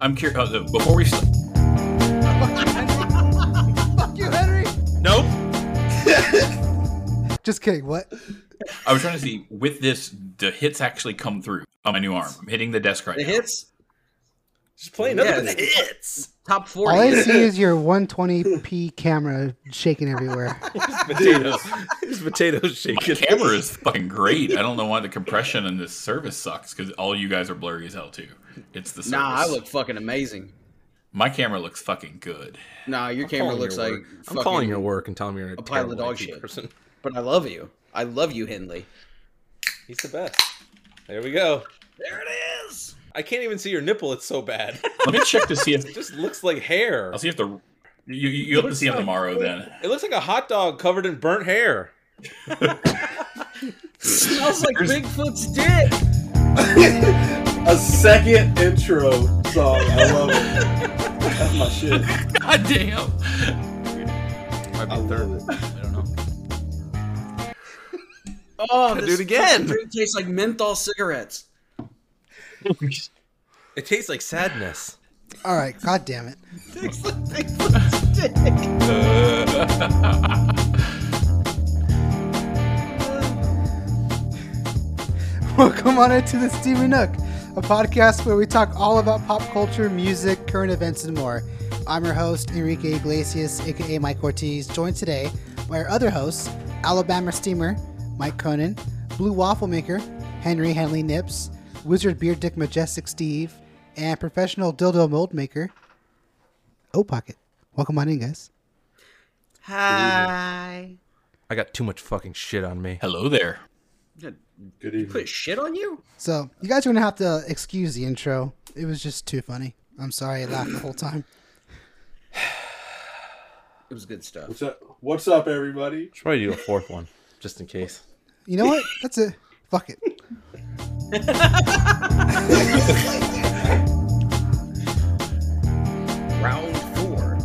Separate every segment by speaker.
Speaker 1: I'm curious. Oh, no, before we. St-
Speaker 2: Fuck you, Henry.
Speaker 1: nope.
Speaker 2: Just kidding. What?
Speaker 1: I was trying to see with this, the hits actually come through on my new arm. I'm hitting the desk right
Speaker 3: The
Speaker 1: now.
Speaker 3: hits?
Speaker 4: Just play another
Speaker 3: Yeah.
Speaker 4: one. hits.
Speaker 3: Top
Speaker 2: All I
Speaker 3: 40.
Speaker 2: see is your 120p camera shaking everywhere.
Speaker 4: Potatoes. There's potatoes
Speaker 1: My
Speaker 4: shaking.
Speaker 1: camera is fucking great. I don't know why the compression in this service sucks because all you guys are blurry as hell too. It's the service.
Speaker 3: Nah, I look fucking amazing.
Speaker 1: My camera looks fucking good.
Speaker 3: Nah, your
Speaker 4: I'm
Speaker 3: camera
Speaker 4: calling
Speaker 3: looks
Speaker 4: your
Speaker 3: like
Speaker 4: work. I'm
Speaker 3: fucking-
Speaker 4: calling your work and telling me you're a,
Speaker 3: a pile
Speaker 4: terrible
Speaker 3: of dog
Speaker 4: IT
Speaker 3: shit.
Speaker 4: person.
Speaker 3: But I love you. I love you, Henley.
Speaker 4: He's the best. There we go.
Speaker 3: There it is.
Speaker 4: I can't even see your nipple. It's so bad.
Speaker 1: Let me check to see
Speaker 4: it
Speaker 1: if
Speaker 4: just looks like hair.
Speaker 1: I'll see if the you you you'll have to see him tomorrow then.
Speaker 4: It looks like a hot dog covered in burnt hair.
Speaker 3: Smells like
Speaker 1: There's-
Speaker 3: Bigfoot's dick.
Speaker 5: A second intro song. I love it. That's my shit.
Speaker 1: God damn.
Speaker 4: Might
Speaker 5: I
Speaker 4: be third.
Speaker 5: love it.
Speaker 4: I don't know.
Speaker 3: Oh,
Speaker 4: Gotta
Speaker 3: this
Speaker 4: do it again.
Speaker 3: drink tastes like menthol cigarettes.
Speaker 4: It tastes like sadness.
Speaker 2: All right. God damn it.
Speaker 3: Tastes like Bigfoot's dick.
Speaker 2: Welcome on into the Steamy Nook, a podcast where we talk all about pop culture, music, current events, and more. I'm your host, Enrique Iglesias, aka Mike Ortiz, joined today by our other hosts, Alabama Steamer, Mike Conan, Blue Waffle Maker, Henry Henley Nips, Wizard Beard Dick Majestic Steve, and Professional Dildo Mold Maker, O Pocket. Welcome on in, guys.
Speaker 3: Hi.
Speaker 4: I got too much fucking shit on me.
Speaker 1: Hello there.
Speaker 5: Good evening.
Speaker 3: Put shit on you?
Speaker 2: So, you guys are going to have to excuse the intro. It was just too funny. I'm sorry I laughed the whole time.
Speaker 3: It was good stuff.
Speaker 5: What's up? What's up, everybody?
Speaker 4: Try to do a fourth one, just in case.
Speaker 2: You know what? That's it. Fuck it.
Speaker 3: Round four.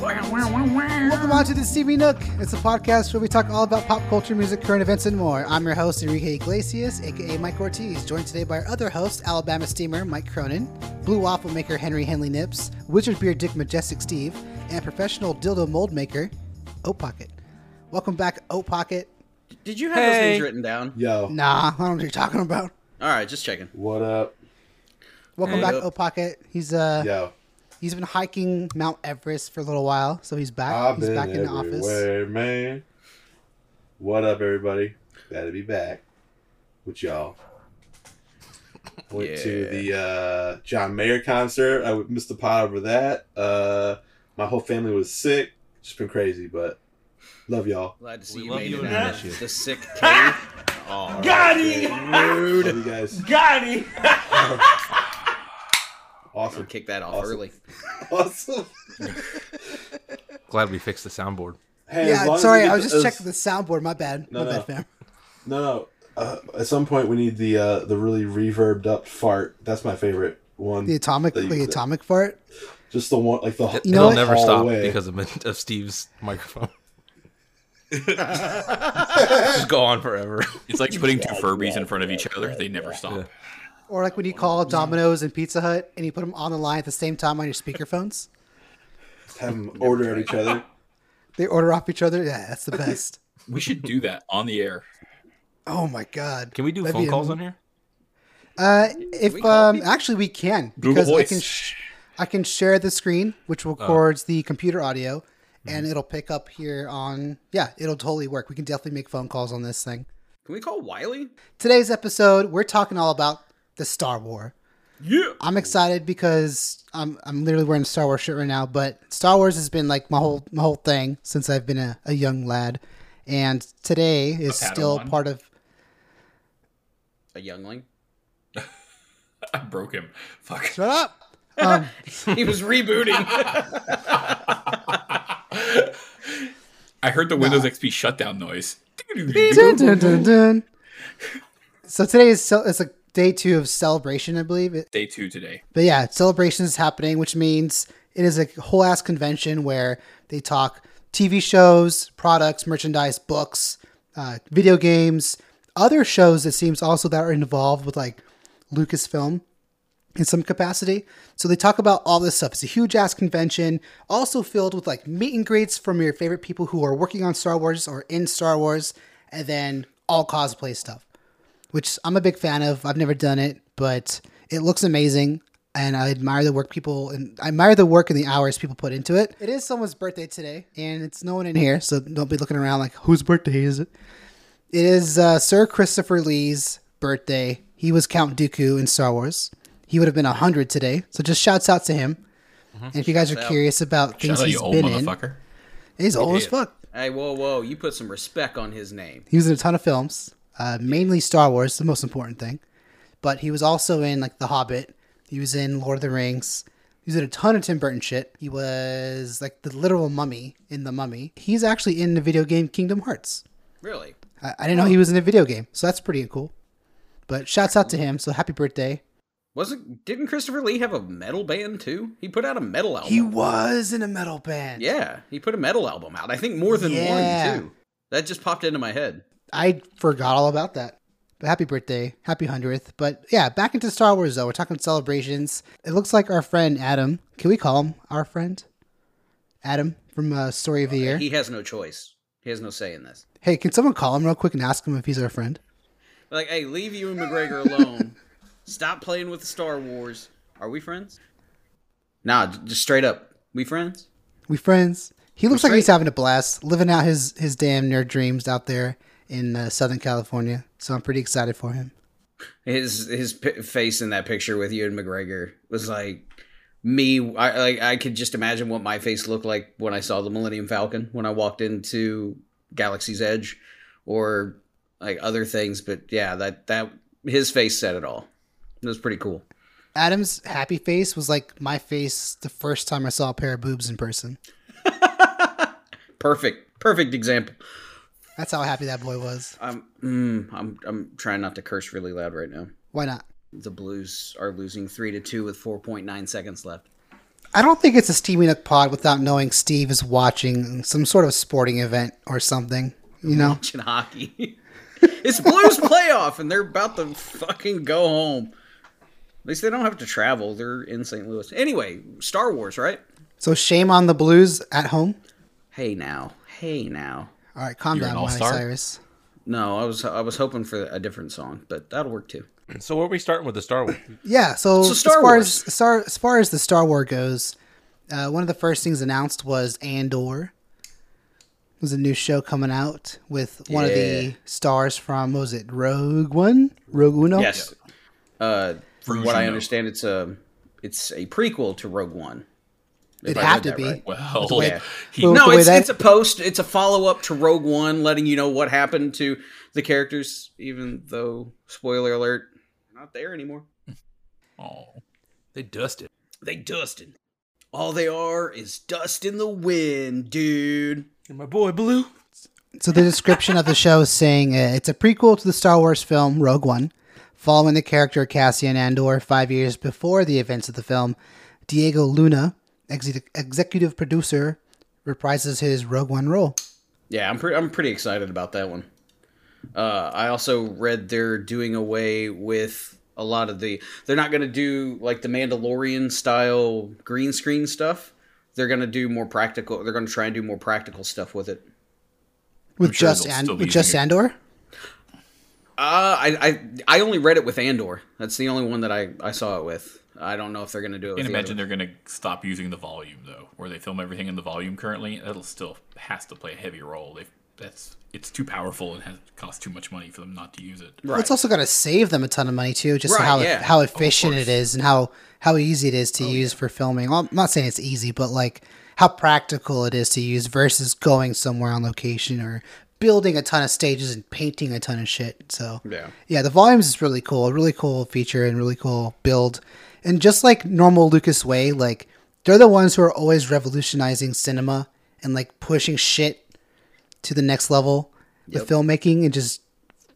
Speaker 3: Fucking wow, wow, wow.
Speaker 2: Welcome on to the CB Nook. It's a podcast where we talk all about pop culture, music, current events, and more. I'm your host, Enrique Iglesias, aka Mike Ortiz, joined today by our other host, Alabama Steamer Mike Cronin, Blue Waffle Maker Henry Henley Nips, Wizard Beard Dick Majestic Steve, and Professional Dildo Mold Maker, Oat Pocket. Welcome back, Oat Pocket.
Speaker 3: Did you have those
Speaker 4: Hey.
Speaker 3: things written down?
Speaker 5: Yo,
Speaker 2: Nah, I don't know what you're talking about.
Speaker 3: All right, just checking.
Speaker 5: what up?
Speaker 2: Welcome
Speaker 3: Hey,
Speaker 2: back,
Speaker 3: Oat.
Speaker 2: Oat Pocket. He's uh
Speaker 5: Yo,
Speaker 2: he's been hiking Mount Everest for a little while, so he's back.
Speaker 5: I've
Speaker 2: he's
Speaker 5: been
Speaker 2: back in the office.
Speaker 5: everywhere, man. What up, everybody? Glad to be back with y'all. Went to
Speaker 3: Yeah.
Speaker 5: the uh, John Mayer concert. I would- missed the pot over that. Uh, my whole family was sick. It's been crazy, but love y'all.
Speaker 3: Glad to see
Speaker 4: We
Speaker 3: you
Speaker 4: love
Speaker 3: made
Speaker 4: you
Speaker 3: it
Speaker 4: and
Speaker 3: out
Speaker 4: miss you.
Speaker 3: of the sick cave.
Speaker 5: Got Love you guys.
Speaker 6: Got him.
Speaker 5: Awesome.
Speaker 3: Kick that off
Speaker 5: Awesome.
Speaker 3: early.
Speaker 5: Awesome.
Speaker 4: Glad we fixed the soundboard.
Speaker 5: Hey, as long
Speaker 2: Yeah,
Speaker 5: as
Speaker 2: sorry,
Speaker 5: we get
Speaker 2: I was
Speaker 5: to-
Speaker 2: just
Speaker 5: as-
Speaker 2: checking the soundboard. My bad.
Speaker 5: No,
Speaker 2: My
Speaker 5: no.
Speaker 2: bad, fam.
Speaker 5: No, no. Uh, at some point, we need the uh, the really reverbed up fart. That's my favorite one.
Speaker 2: The atomic,
Speaker 5: that you-
Speaker 2: the atomic fart.
Speaker 5: Just the one, like the.
Speaker 4: It,
Speaker 2: You know
Speaker 4: will
Speaker 2: what?
Speaker 4: never
Speaker 5: all
Speaker 4: stop
Speaker 5: way.
Speaker 4: because of, of Steve's microphone. just go on forever.
Speaker 1: It's like putting two Furbies in front of each other. They never stop.
Speaker 2: Or like when you call Domino's and Pizza Hut and you put them on the line at the same time on your speakerphones.
Speaker 5: have them order at each other.
Speaker 2: They order off each other. Yeah, that's the best.
Speaker 1: We should do that on the air.
Speaker 2: Oh my god.
Speaker 4: Can we do
Speaker 2: That'd
Speaker 4: phone
Speaker 2: be
Speaker 4: calls
Speaker 2: am-
Speaker 4: on here?
Speaker 2: Uh, if
Speaker 3: we call
Speaker 2: um,
Speaker 3: people?
Speaker 2: actually we can
Speaker 1: Google
Speaker 2: because I
Speaker 1: Voice.
Speaker 2: can sh- I can share the screen which
Speaker 4: Oh.
Speaker 2: records the computer audio
Speaker 4: Mm-hmm.
Speaker 2: and it'll pick up here on yeah it'll totally work. We can definitely make phone calls on this thing.
Speaker 3: Can we call Wiley?
Speaker 2: Today's episode we're talking all about the Star Wars.
Speaker 3: Yeah.
Speaker 2: I'm excited because I'm I'm literally wearing a Star Wars shirt right now, but Star Wars has been like my whole my whole thing since I've been a, a young lad. And today is
Speaker 1: A
Speaker 2: still
Speaker 1: Padawan.
Speaker 2: part of
Speaker 3: A youngling.
Speaker 1: I broke him. Fuck.
Speaker 2: Shut up. Um,
Speaker 3: He was rebooting.
Speaker 1: I heard the Windows XP shutdown noise.
Speaker 2: dun, dun, dun, dun. So today is cel- it's like day two of celebration, I believe. It,
Speaker 1: Day two today.
Speaker 2: But yeah, celebration is happening, which means it is a whole ass convention where they talk TV shows, products, merchandise, books, uh, video games, other shows. It seems also that are involved with like Lucasfilm. in some capacity. So they talk about all this stuff. It's a huge ass convention, also filled with like meet and greets from your favorite people who are working on Star Wars or in Star Wars, and then all cosplay stuff, which I'm a big fan of. I've never done it, but it looks amazing. And I admire the work people and I admire the work and the hours people put into it. It is someone's birthday today, and it's no one in here, so don't be looking around like whose birthday is it? It is uh, Sir Christopher Lee's birthday. He was Count Dooku in Star Wars. He would have been 100 today. So just shouts out to him. And if you guys are curious about things
Speaker 1: Mm-hmm. Shout out,
Speaker 2: he's
Speaker 1: you old
Speaker 2: been in,
Speaker 1: motherfucker.
Speaker 2: he's old as fuck.
Speaker 3: Hey, whoa, whoa! You put some respect on his name.
Speaker 2: He was in a ton of films, uh, mainly Star Wars, the most important thing. But he was also in like The Hobbit. He was in Lord of the Rings. He was in a ton of Tim Burton shit. He was like the literal mummy in The Mummy. He's actually in the video game Kingdom Hearts.
Speaker 3: Really?
Speaker 2: I, I didn't know he was in a video game, so that's pretty cool. But shouts out to him. So happy birthday.
Speaker 3: Wasn't? Didn't Christopher Lee have a metal band too? He put out a metal album.
Speaker 2: He was in a metal band.
Speaker 3: yeah, he put a metal album out. I think more than
Speaker 2: Yeah.
Speaker 3: one too. That just popped into my head.
Speaker 2: I forgot all about that. But happy birthday, happy hundredth. But yeah, back into Star Wars though. We're talking celebrations. It looks like our friend Adam. Can we call him our friend? Adam from uh, Story of the Year.
Speaker 3: Oh, He has no choice. He has no say in this.
Speaker 2: Hey, can someone call him real quick and ask him if he's our friend?
Speaker 3: Like, hey, leave you and McGregor alone. Stop playing with the Star Wars. Are we friends? Nah, j- just straight up. We friends?
Speaker 2: We friends. He looks
Speaker 3: We're
Speaker 2: like he's
Speaker 3: straight.
Speaker 2: having a blast, living out his his damn nerd dreams out there in uh, Southern California. So I'm pretty excited for him.
Speaker 3: His his p- face in that picture with you and McGregor was like me. I like I could just imagine what my face looked like when I saw the Millennium Falcon when I walked into Galaxy's Edge, or like other things. But yeah, that that his face said it all. It was pretty cool.
Speaker 2: Adam's happy face was like my face the first time I saw a pair of boobs in person.
Speaker 3: Perfect, perfect example.
Speaker 2: That's how happy that boy was.
Speaker 3: I'm mm, I'm I'm trying not to curse really loud right now.
Speaker 2: Why not?
Speaker 3: The Blues are losing three to two with four point nine seconds left.
Speaker 2: I don't think it's a Steaming Up pod without knowing Steve is watching some sort of sporting event or something. You know,
Speaker 3: Watching hockey. it's Blues playoff, and they're about to fucking go home. At least they don't have to travel. They're in St. Louis. Anyway, Star Wars, right?
Speaker 2: so shame on the Blues at home.
Speaker 3: Hey now, hey now.
Speaker 2: All right, calm
Speaker 1: You're an
Speaker 2: down, Miley
Speaker 1: all-star?
Speaker 2: Cyrus.
Speaker 3: No, I was I was hoping for a different song, but that'll work too.
Speaker 4: So where are we starting with the Star Wars?
Speaker 2: Yeah, so,
Speaker 3: So Star
Speaker 2: as far
Speaker 3: Wars.
Speaker 2: as star, as far as the Star Wars goes, uh, one of the first things announced was Andor. It was a new show coming out with one of
Speaker 3: Yeah.
Speaker 2: the stars from what was it Rogue One, Rogue Uno.
Speaker 3: Yes. Uh, from
Speaker 1: Rouge
Speaker 3: what I
Speaker 1: Uno.
Speaker 3: understand, it's a it's a prequel to Rogue One.
Speaker 2: it'd
Speaker 3: I
Speaker 2: have
Speaker 3: read
Speaker 2: to
Speaker 3: that
Speaker 2: be.
Speaker 3: right.
Speaker 1: Well,
Speaker 3: way-
Speaker 1: he,
Speaker 2: Well-
Speaker 3: No,
Speaker 2: the way
Speaker 3: it's
Speaker 2: that-
Speaker 3: it's a post. It's a follow up to Rogue One, letting you know what happened to the characters. Even though spoiler alert, they're not there anymore.
Speaker 1: Aw.
Speaker 4: they dusted.
Speaker 3: They dusted. All they are is dust in the wind, dude.
Speaker 4: And my boy Blue.
Speaker 2: So the description of the show is saying uh, it's a prequel to the Star Wars film Rogue One, following the character Cassian Andor five years before the events of the film. Diego Luna, exe- executive producer, reprises his Rogue One role.
Speaker 3: Yeah, I'm pretty I'm pretty excited about that one. Uh, I also read they're doing away with a lot of the they're not going to do like the Mandalorian style green screen stuff. They're going to do more practical. They're going to try and do more practical stuff with it.
Speaker 2: With
Speaker 1: sure
Speaker 2: just
Speaker 1: they'll
Speaker 2: and
Speaker 1: still be
Speaker 2: with just
Speaker 1: using
Speaker 2: Andor,
Speaker 3: Uh, I, I I only read it with Andor. That's the only one that I, I saw it with. I don't know if they're gonna do it. With
Speaker 1: Can't
Speaker 3: the other
Speaker 1: imagine
Speaker 3: one.
Speaker 1: they're gonna stop using the volume though, where they film everything in the volume currently. That'll still has to play a heavy role. They that's it's too powerful and has cost too much money for them not to use it.
Speaker 2: Well, it's also got to save them a ton of money too, just
Speaker 3: Right,
Speaker 2: how e-,
Speaker 3: yeah. Oh,
Speaker 2: how efficient it is and how how easy it is to use for filming. Well, I'm not saying it's easy, but like how practical it is to use versus going somewhere on location or building a ton of stages and painting a ton of shit. So
Speaker 3: Yeah.
Speaker 2: yeah, the volumes is really cool, a really cool feature and really cool build. And just like normal Lucas way, like they're the ones who are always revolutionizing cinema and like pushing shit to the next level with filmmaking and just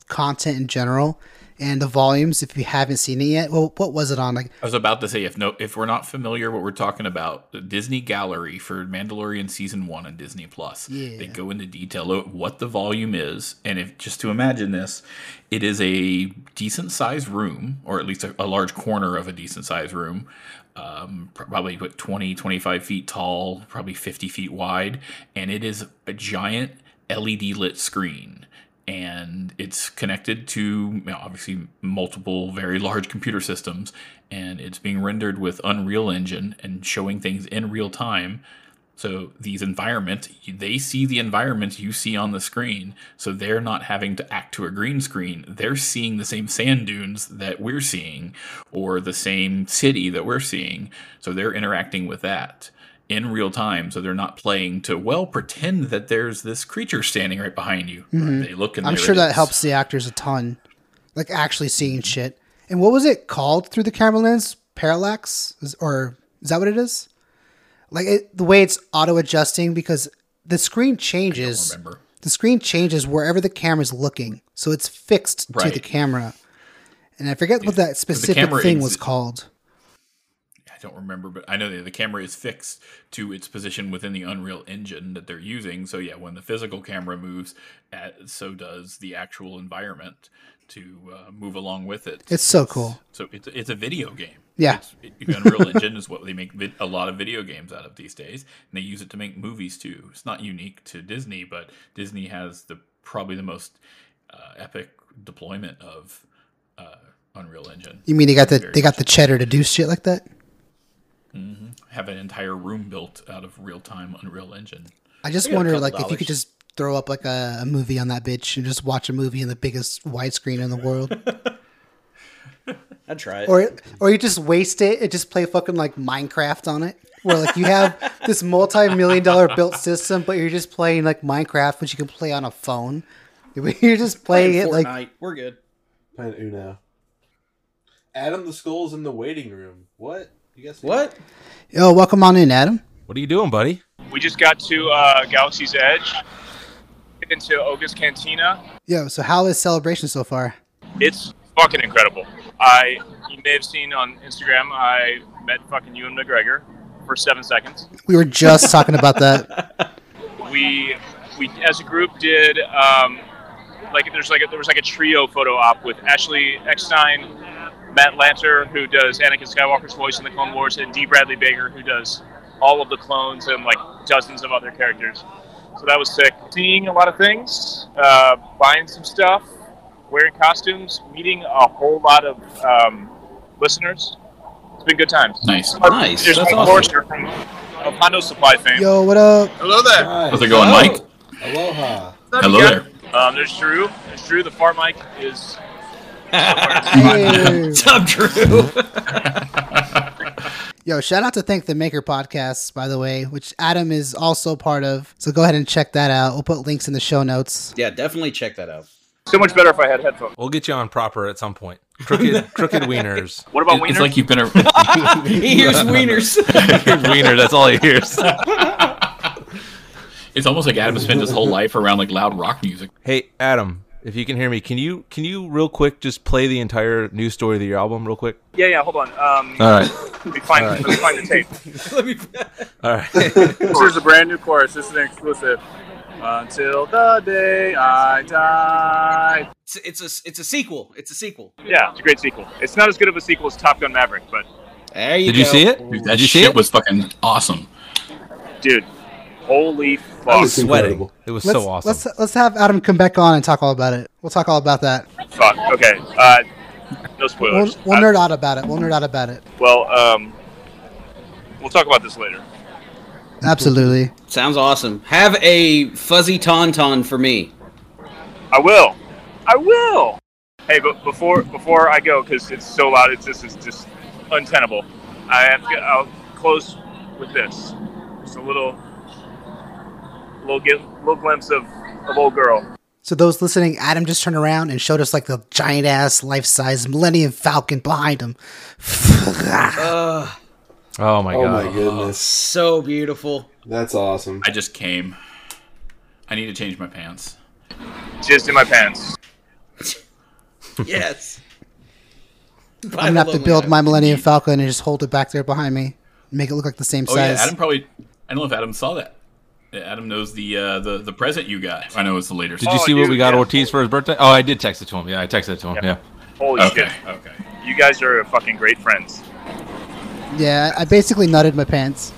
Speaker 2: content in general. and the volumes. If you haven't seen it yet, well, what was it on? Like,
Speaker 1: I was about to say if no if we're not familiar what we're talking about, the Disney Gallery for Mandalorian season 1 on Disney Plus.
Speaker 2: Yeah.
Speaker 1: They go into detail of what the volume is and if just to imagine this, it is a decent sized room or at least a, a large corner of a decent sized room. Um, probably what 20 25 feet tall, probably 50 feet wide and it is a giant LED lit screen and it's connected to you know, obviously multiple very large computer systems and it's being rendered with unreal engine and showing things in real time so these environments they see the environments you see on the screen so they're not having to act to a green screen they're seeing the same sand dunes that we're seeing or the same city that we're seeing so they're interacting with that in real time so they're not playing to well pretend that there's this creature standing right behind you they look and
Speaker 2: Mm-hmm. I'm
Speaker 1: there
Speaker 2: sure
Speaker 1: it
Speaker 2: that
Speaker 1: is. Mm-hmm.
Speaker 2: helps the actors a ton, like actually seeing shit. And what was it called through the camera lens? Parallax, Is- or is that what it is? Like it, the way it's auto adjusting because the screen changes.
Speaker 1: remember.
Speaker 2: The screen changes wherever the camera's looking, so it's fixed to the
Speaker 1: Right.
Speaker 2: camera. And I forget what that specific
Speaker 1: camera
Speaker 2: thing
Speaker 1: exi-
Speaker 2: was called.
Speaker 1: I don't remember, but I know that the camera is fixed to its position within the Unreal Engine that they're using. So yeah, when the physical camera moves, uh, so does the actual environment to uh, move along with it.
Speaker 2: It's so cool.
Speaker 1: so it's it's a video game.
Speaker 2: Yeah.
Speaker 1: It's, it- Unreal Engine is what they make vid- a lot of video games out of these days, and they use it to make movies too. It's not unique to Disney, but Disney has the probably the most uh, epic deployment of uh, Unreal Engine.
Speaker 2: You mean they got the they got the cheddar to do shit like that?
Speaker 1: have an entire room built out of real time Unreal Engine.
Speaker 2: I just
Speaker 1: got a
Speaker 2: wonder,
Speaker 1: couple
Speaker 2: like, if you could
Speaker 1: dollars.
Speaker 2: just throw up like a, a movie on that bitch and just watch a movie in the biggest widescreen in the world,
Speaker 3: I'd try it.
Speaker 2: or or you just waste it and just play fucking like Minecraft on it, where like you have this multi-million dollar built system, but you're just playing like Minecraft, which you can play on a phone. You're just playing it like
Speaker 3: we're good.
Speaker 5: Playing Uno. Adam the Skull's in the waiting room. What? You guys see
Speaker 3: What?
Speaker 2: Yo, welcome on in, Adam.
Speaker 4: What are you doing, buddy?
Speaker 6: We just got to uh, Galaxy's Edge, into Oga's Cantina.
Speaker 2: Yo, so how is celebration so far?
Speaker 6: It's fucking incredible. I, you may have seen on Instagram, I met fucking Ewan McGregor for seven seconds.
Speaker 2: We were just talking about that.
Speaker 6: We, we as a group did, um, like there's like a, there was like a trio photo op with Ashley Eckstein, Matt Lanter, who does Anakin Skywalker's voice in the Clone Wars, and Dee Bradley Baker, who does all of the clones and like dozens of other characters. So that was sick. Seeing a lot of things, uh, buying some stuff, wearing costumes, meeting a whole lot of um, listeners. It's been good times.
Speaker 1: Nice.
Speaker 3: Nice.
Speaker 6: There's
Speaker 3: That's
Speaker 6: Mike
Speaker 3: awesome.
Speaker 6: Forrester from of Hondo Supply fame.
Speaker 2: Yo, what up?
Speaker 6: Hello there.
Speaker 5: Hi.
Speaker 1: How's it going,
Speaker 5: Hello.
Speaker 1: Mike?
Speaker 5: Aloha.
Speaker 1: Hello there.
Speaker 6: Um, there's Drew. There's Drew. The far mic is.
Speaker 2: Hey.
Speaker 3: Top Drew.
Speaker 2: Yo, shout out to Thank the Maker podcast, by the way, which Adam is also part of. So go ahead and check that out. We'll put links in the show notes.
Speaker 3: yeah, definitely check that out.
Speaker 6: So much better if I had headphones.
Speaker 4: We'll get you on proper at some point. Crooked, crooked wieners.
Speaker 6: What about
Speaker 1: It's
Speaker 6: Wiener?
Speaker 1: like you've been a
Speaker 3: He hears wieners.
Speaker 4: wiener. That's all he hears.
Speaker 1: It's almost like Adam spent his whole life around like loud rock music.
Speaker 4: hey, Adam, if you can hear me, can you can you real quick just play the entire news story of your album real quick?
Speaker 6: yeah, yeah. Hold on. Um,
Speaker 1: Uh,
Speaker 4: All right.
Speaker 6: let, me find, let me find the tape.
Speaker 4: All right.
Speaker 6: This is a brand new chorus. This is an exclusive. Until the day I die.
Speaker 3: It's, it's a it's a sequel. It's a sequel.
Speaker 6: Yeah, it's a great sequel. It's not as good of a sequel as Top Gun Maverick, but
Speaker 3: There you
Speaker 4: Did you
Speaker 3: go.
Speaker 4: see it?
Speaker 1: That
Speaker 4: Did you see
Speaker 1: shit
Speaker 4: it?
Speaker 1: was fucking awesome.
Speaker 6: dude, holy
Speaker 5: That
Speaker 6: fuck!
Speaker 5: was
Speaker 4: Oh, Sweating.
Speaker 5: incredible.
Speaker 4: It was
Speaker 2: Let's,
Speaker 4: so awesome.
Speaker 2: Let's let's have Adam come back on and talk all about it. We'll talk all about that.
Speaker 6: Fuck. Okay. Uh, no
Speaker 2: We'll,
Speaker 6: spoilers.
Speaker 2: we'll
Speaker 6: Uh,
Speaker 2: nerd out about it. We'll nerd out about it.
Speaker 6: well, um, we'll talk about this later.
Speaker 2: Absolutely.
Speaker 3: Sounds awesome. Have a fuzzy tauntaun for me.
Speaker 6: I will. I will. Hey, but before before I go, because it's so loud, it's just it's just untenable. I have to, I'll close with this. Just a little little gi- little glimpse of of old girl.
Speaker 2: So those listening, Adam just turned around and showed us like the giant ass life size Millennium Falcon behind him.
Speaker 3: Ugh,
Speaker 4: oh my
Speaker 5: Oh
Speaker 4: god.
Speaker 5: my goodness.
Speaker 3: so beautiful.
Speaker 5: That's awesome.
Speaker 1: I just came. I need to change my pants.
Speaker 6: Jizzed in my pants.
Speaker 3: Yes.
Speaker 2: I'm gonna have to build my Millennium Falcon and just hold it back there behind me, make it look like the same
Speaker 1: Oh
Speaker 2: size.
Speaker 1: yeah, Adam probably. I don't know if Adam saw that. Yeah, Adam knows the uh, the the present you got. I know it's the latest.
Speaker 4: Did you
Speaker 6: Oh,
Speaker 4: see what
Speaker 6: dude,
Speaker 4: we got
Speaker 6: yeah.
Speaker 4: Ortiz for his birthday? Oh, I did text it to him. Yeah, I texted it to him. Yeah.
Speaker 6: Yeah. Holy
Speaker 1: Okay.
Speaker 6: shit.
Speaker 1: Okay.
Speaker 6: You guys are fucking great friends.
Speaker 2: yeah, I basically nutted my pants.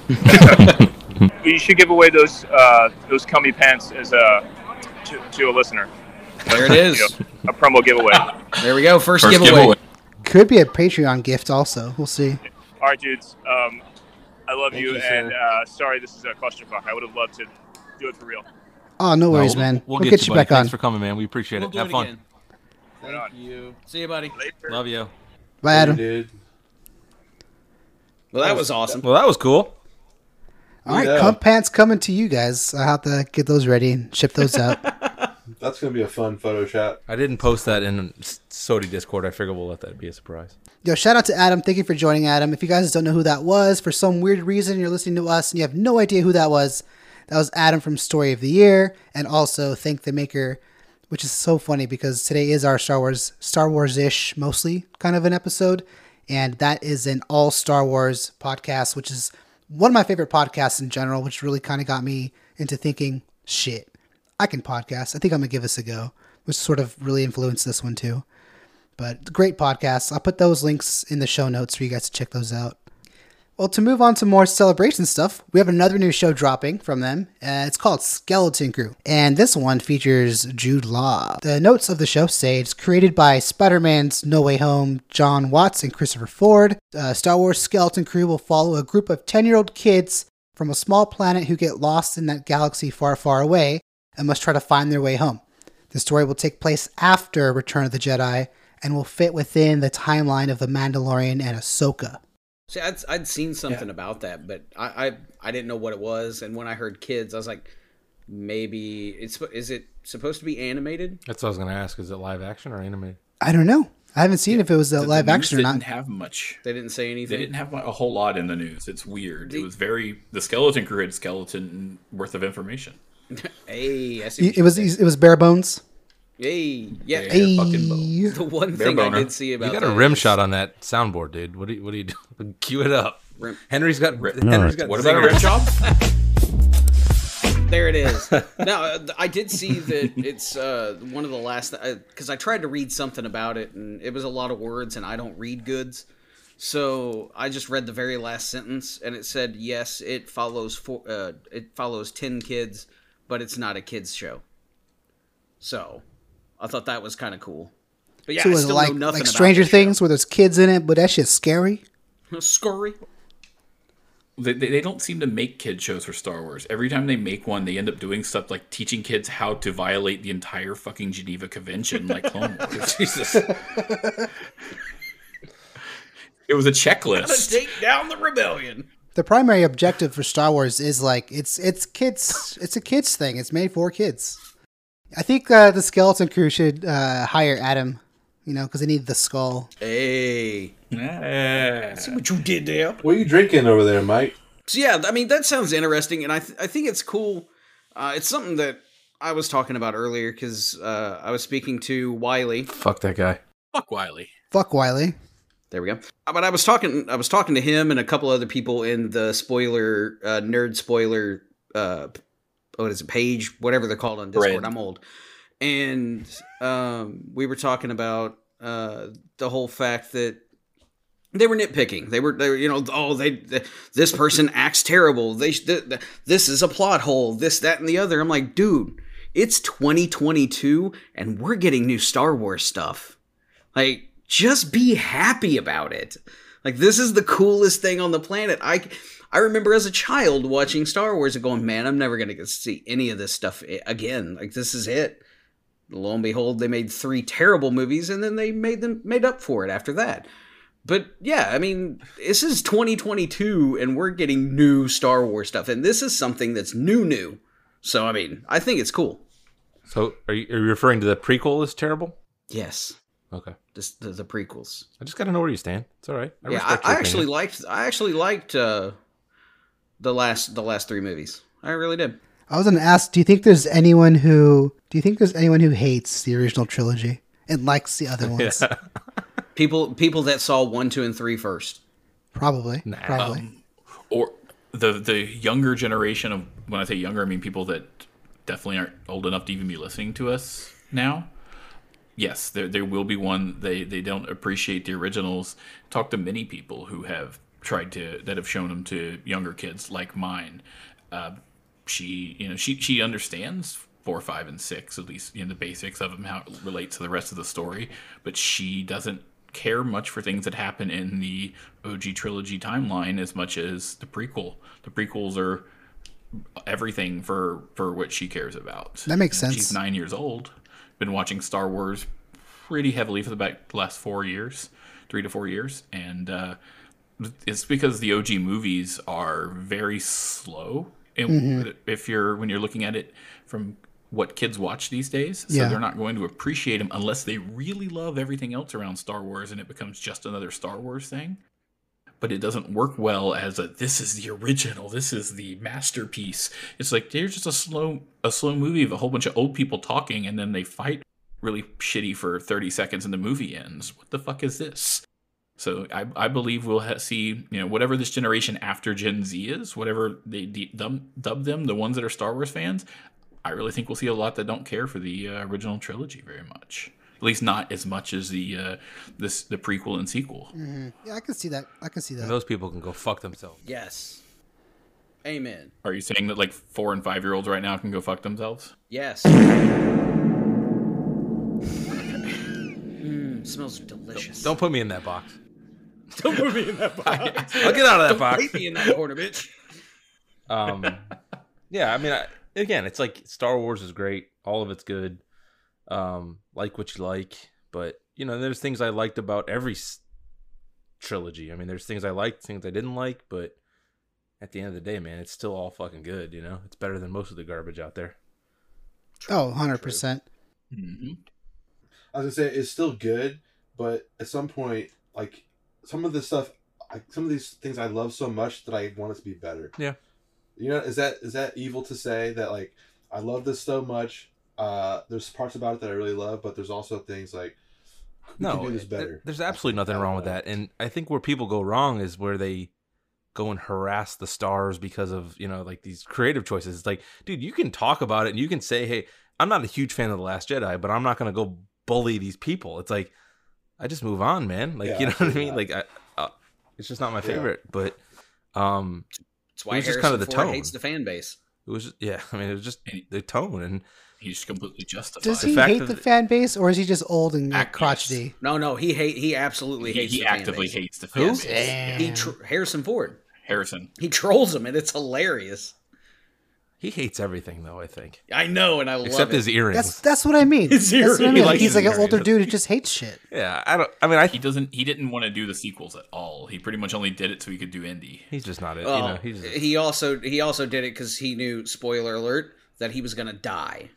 Speaker 6: You should give away those uh, those cummy pants as a to, to a listener.
Speaker 3: There it
Speaker 6: You
Speaker 3: is.
Speaker 6: know, a promo giveaway.
Speaker 3: There we go. First,
Speaker 1: First
Speaker 3: giveaway.
Speaker 1: giveaway.
Speaker 2: Could be a Patreon gift also. We'll see.
Speaker 6: All right, dudes. Um, I love
Speaker 5: Thank
Speaker 6: you,
Speaker 5: you, sir.
Speaker 6: and uh, sorry this is a clusterfuck. I would have loved to do it for real.
Speaker 2: Oh, no
Speaker 4: No,
Speaker 2: worries,
Speaker 4: we'll-
Speaker 2: man.
Speaker 4: We'll,
Speaker 2: We'll, get, you
Speaker 4: buddy.
Speaker 2: back on.
Speaker 4: Thanks for coming, man. We appreciate
Speaker 3: We'll
Speaker 4: it.
Speaker 3: do
Speaker 4: Have
Speaker 3: it
Speaker 4: fun.
Speaker 3: again.
Speaker 6: Thank
Speaker 5: you.
Speaker 3: See you, buddy.
Speaker 6: Later.
Speaker 4: Love you.
Speaker 2: Bye, Adam.
Speaker 5: dude.
Speaker 3: Well, that was awesome.
Speaker 4: Well, that was cool.
Speaker 2: All right,
Speaker 5: Yeah.
Speaker 2: cum pants coming to you guys. I will have to get those ready and ship those out.
Speaker 5: That's gonna be a fun Photoshop.
Speaker 4: I didn't post that in Sody Discord. I figure we'll let that be a surprise.
Speaker 2: Yo, shout out to Adam. Thank you for joining, Adam. If you guys don't know who that was, for some weird reason, you're listening to us and you have no idea who that was. That was Adam from Story of the Year, and also Thank the Maker, which is so funny because today is our Star Wars, Star Wars ish, mostly kind of an episode, and that is an all Star Wars podcast, which is one of my favorite podcasts in general, which really kind of got me into thinking, shit, I can podcast. I think I'm gonna give this a go, which sort of really influenced this one too but great podcasts. I'll put those links in the show notes for you guys to check those out. Well, to move on to more celebration stuff, we have another new show dropping from them. Uh, it's called Skeleton Crew, and this one features Jude Law. The notes of the show say it's created by Spider Man's No Way Home, John Watts, and Christopher Ford. Uh, Star Wars Skeleton Crew will follow a group of 10 year old kids from a small planet who get lost in that galaxy far, far away and must try to find their way home. The story will take place after Return of the Jedi and will fit within the timeline of The Mandalorian and Ahsoka.
Speaker 3: See, I'd, I'd seen something about that, but I, I I didn't know what it was. And when I heard kids, I was like, maybe it's is it supposed to be animated?
Speaker 4: That's what I was gonna ask. Is it live action or animated?
Speaker 2: I don't know. I haven't seen if it was a
Speaker 1: The- the
Speaker 2: live
Speaker 1: news
Speaker 2: action or not.
Speaker 1: Didn't have much.
Speaker 3: They didn't say anything.
Speaker 1: They didn't have a whole lot in the news. It's weird.
Speaker 3: The-
Speaker 1: It was very the skeleton crew had skeleton worth of information.
Speaker 3: Hey, I see. what
Speaker 2: It
Speaker 3: you
Speaker 2: was
Speaker 3: did
Speaker 2: it was bare bones.
Speaker 3: there. Hey,
Speaker 1: Yeah.
Speaker 3: yeah.
Speaker 2: Hey.
Speaker 1: fucking bones.
Speaker 3: The one
Speaker 1: Bare
Speaker 3: thing
Speaker 1: boner.
Speaker 3: I did see about
Speaker 4: you got a
Speaker 3: that
Speaker 4: rim
Speaker 3: is-
Speaker 4: shot on that soundboard, dude. What do you, what do you do? Cue it up.
Speaker 3: Rim-
Speaker 4: Henry's got.
Speaker 1: Rim-
Speaker 4: Henry's got.
Speaker 1: What about a rim
Speaker 4: zingers.
Speaker 1: job?
Speaker 3: There it is. now uh, I did see that it's uh, one of the last because I tried to read something about it and it was a lot of words and I don't read goods, so I just read the very last sentence and it said yes it follows four uh, it follows ten kids, but it's not a kids show. So, I thought that was kind of cool. But yeah,
Speaker 2: so
Speaker 3: I
Speaker 2: it was
Speaker 3: still
Speaker 2: like
Speaker 3: know nothing
Speaker 2: like
Speaker 3: about
Speaker 2: Stranger
Speaker 3: this show.
Speaker 2: Things where there's kids in it, but that shit's scary.
Speaker 3: Scurry.
Speaker 1: they, they, they don't seem to make kid shows for Star Wars. Every time they make one, they end up doing stuff like teaching kids how to violate the entire fucking Geneva Convention, like Clone Wars. Jesus. it was a checklist.
Speaker 3: Take down the rebellion.
Speaker 2: The primary objective for Star Wars is like it's it's kids it's a kids thing. It's made for kids. I think uh, the skeleton crew should uh, hire Adam, you know, because they need the skull.
Speaker 3: Hey,
Speaker 1: Yeah.
Speaker 3: see what you did there.
Speaker 5: What are you drinking over there, Mike?
Speaker 3: So yeah, I mean that sounds interesting, and I th- I think it's cool. Uh, it's something that I was talking about earlier because uh, I was speaking to Wiley.
Speaker 4: Fuck that guy.
Speaker 1: Fuck Wiley.
Speaker 2: Fuck Wiley.
Speaker 3: There we go. Uh, But I was talking I was talking to him and a couple other people in the spoiler uh, nerd spoiler uh, p- what is it page whatever they're called on Discord.
Speaker 1: Thread.
Speaker 3: I'm old, and um, we were talking about uh, the whole fact that they were nitpicking. They were, they were, you know, oh, they, th- this person acts terrible. They, sh- th- th- this is a plot hole. This, that, and the other. I'm like, dude, it's 2022, and we're getting new Star Wars stuff. Like, just be happy about it. Like, this is the coolest thing on the planet. I, I remember as a child watching Star Wars and going, man, I'm never gonna get to see any of this stuff i- again. Like, this is it. Lo and behold, they made three terrible movies, and then they made them made up for it after that. But yeah, I mean, this is 2022 and we're getting new Star Wars stuff and this is something that's new new. So I mean, I think it's cool.
Speaker 4: So are you, are you referring to the prequel is terrible?
Speaker 3: Yes.
Speaker 4: Okay.
Speaker 3: Just the, the prequels.
Speaker 4: I just gotta know where you stand. It's all right.
Speaker 3: yeah,
Speaker 4: respect
Speaker 3: I, I
Speaker 4: your
Speaker 3: actually
Speaker 4: opinion.
Speaker 3: liked I actually liked uh the last the last three movies. I really did.
Speaker 2: I was gonna ask, do you think there's anyone who do you think there's anyone who hates the original trilogy and likes the other ones?
Speaker 3: People people that saw one, two, and three first.
Speaker 2: Probably.
Speaker 4: Nah.
Speaker 2: Probably.
Speaker 1: or the the younger generation of when I say younger, I mean people that definitely aren't old enough to even be listening to us now. Yes, there there will be one they they don't appreciate the originals. Talk to many people who have tried to that have shown them to younger kids like mine. Uh, she you know she she understands four, five, and six at least in the basics of them how it relates to the rest of the story, but she doesn't care much for things that happen in the OG trilogy timeline as much as the prequel. The prequels are everything for for what she cares about.
Speaker 2: That makes
Speaker 1: And
Speaker 2: sense.
Speaker 1: She's nine years old. Been watching Star Wars pretty heavily for the back last four years, three to four years, and uh, it's because the OG movies are very slow. And if you're when you're looking at it from what kids watch these days, so
Speaker 2: Yeah.
Speaker 1: they're not going to appreciate them unless they really love everything else around Star Wars, and it becomes just another Star Wars thing. But it doesn't work well as a this is the original, this is the masterpiece. It's like there's just a slow a slow movie of a whole bunch of old people talking, and then they fight really shitty for 30 seconds and the movie ends. What the fuck is this? So I, I believe we'll ha- see you know whatever this generation after Gen Z is, whatever they de- dub, dub them, the ones that are Star Wars fans. I really think we'll see a lot that don't care for the uh, original trilogy very much, at least not as much as the uh, this the prequel and sequel.
Speaker 2: Mm. Yeah, I can see that. I can see that.
Speaker 4: And those people can go fuck themselves.
Speaker 3: Yes. Amen.
Speaker 1: Are you saying that like four and five year olds right now can go fuck themselves?
Speaker 3: Yes. Mmm, Mmm, smells delicious.
Speaker 4: Don't put me in that box.
Speaker 3: don't put me in that box.
Speaker 4: I'll get out of that box.
Speaker 3: Put me in that corner, bitch.
Speaker 4: Um, yeah, I mean, I, again, it's like Star Wars is great. All of it's good. Um, like what you like, but you know, there's things I liked about every s- trilogy. I mean, there's things I liked, things I didn't like, but at the end of the day, man, it's still all fucking good. You know, it's better than most of the garbage out there.
Speaker 2: oh, 100%.
Speaker 5: I was gonna say it's still good, but at some point, like some of the stuff, I, some of these things I love so much that I want it to be better.
Speaker 4: Yeah.
Speaker 5: You know, is that is that evil to say that like I love this so much? Uh, there's parts about it that I really love, but there's also things like we
Speaker 4: no,
Speaker 5: could do this
Speaker 4: it- there-
Speaker 5: better.
Speaker 4: there's absolutely nothing wrong with that. And I think where people go wrong is where they go and harass the stars because of you know like these creative choices. It's like, dude, you can talk about it and you can say, hey, I'm not a huge fan of the Last Jedi, but I'm not gonna go bully these people. It's like, I just move on, man. Like
Speaker 5: Yeah,
Speaker 4: you know what I
Speaker 5: absolutely
Speaker 4: mean?
Speaker 5: not.
Speaker 4: Like I, uh, it's just not my
Speaker 5: Yeah.
Speaker 4: favorite, but. Um,
Speaker 3: That's why
Speaker 4: It was just
Speaker 3: Harrison
Speaker 4: kinda the
Speaker 3: Ford
Speaker 4: tone.
Speaker 3: hates the fan base.
Speaker 4: it was just, yeah. I mean, it was just the tone, and
Speaker 1: He's completely justified.
Speaker 2: Does
Speaker 4: The
Speaker 2: he
Speaker 4: fact
Speaker 2: hate
Speaker 4: of
Speaker 2: the
Speaker 4: the-
Speaker 2: fan base or is he just old and like,
Speaker 1: Act-
Speaker 2: crotchety?
Speaker 3: No, no, he hate he absolutely
Speaker 1: he
Speaker 3: hates.
Speaker 1: he
Speaker 3: the fan
Speaker 1: actively
Speaker 3: base.
Speaker 1: hates the fan
Speaker 4: Who?
Speaker 1: base.
Speaker 3: He tr- Harrison Ford.
Speaker 1: Harrison.
Speaker 3: He trolls him, and it's hilarious.
Speaker 4: he hates everything though. I think
Speaker 3: I know, and I love
Speaker 4: except
Speaker 3: it.
Speaker 4: his earrings.
Speaker 2: That's that's what I mean.
Speaker 3: His
Speaker 2: That's what I
Speaker 3: earring.
Speaker 2: mean.
Speaker 4: He likes
Speaker 2: He's
Speaker 4: his
Speaker 2: like an
Speaker 4: earring.
Speaker 2: older dude who just hates shit.
Speaker 4: yeah, I don't. I mean, I
Speaker 1: He doesn't. He didn't want to do the sequels at all. He pretty much only did it so he could do Indy.
Speaker 4: he's just not it.
Speaker 3: Well,
Speaker 4: you know, he's just,
Speaker 3: Oh, he also he also did it because he knew. Spoiler alert: that he was gonna die.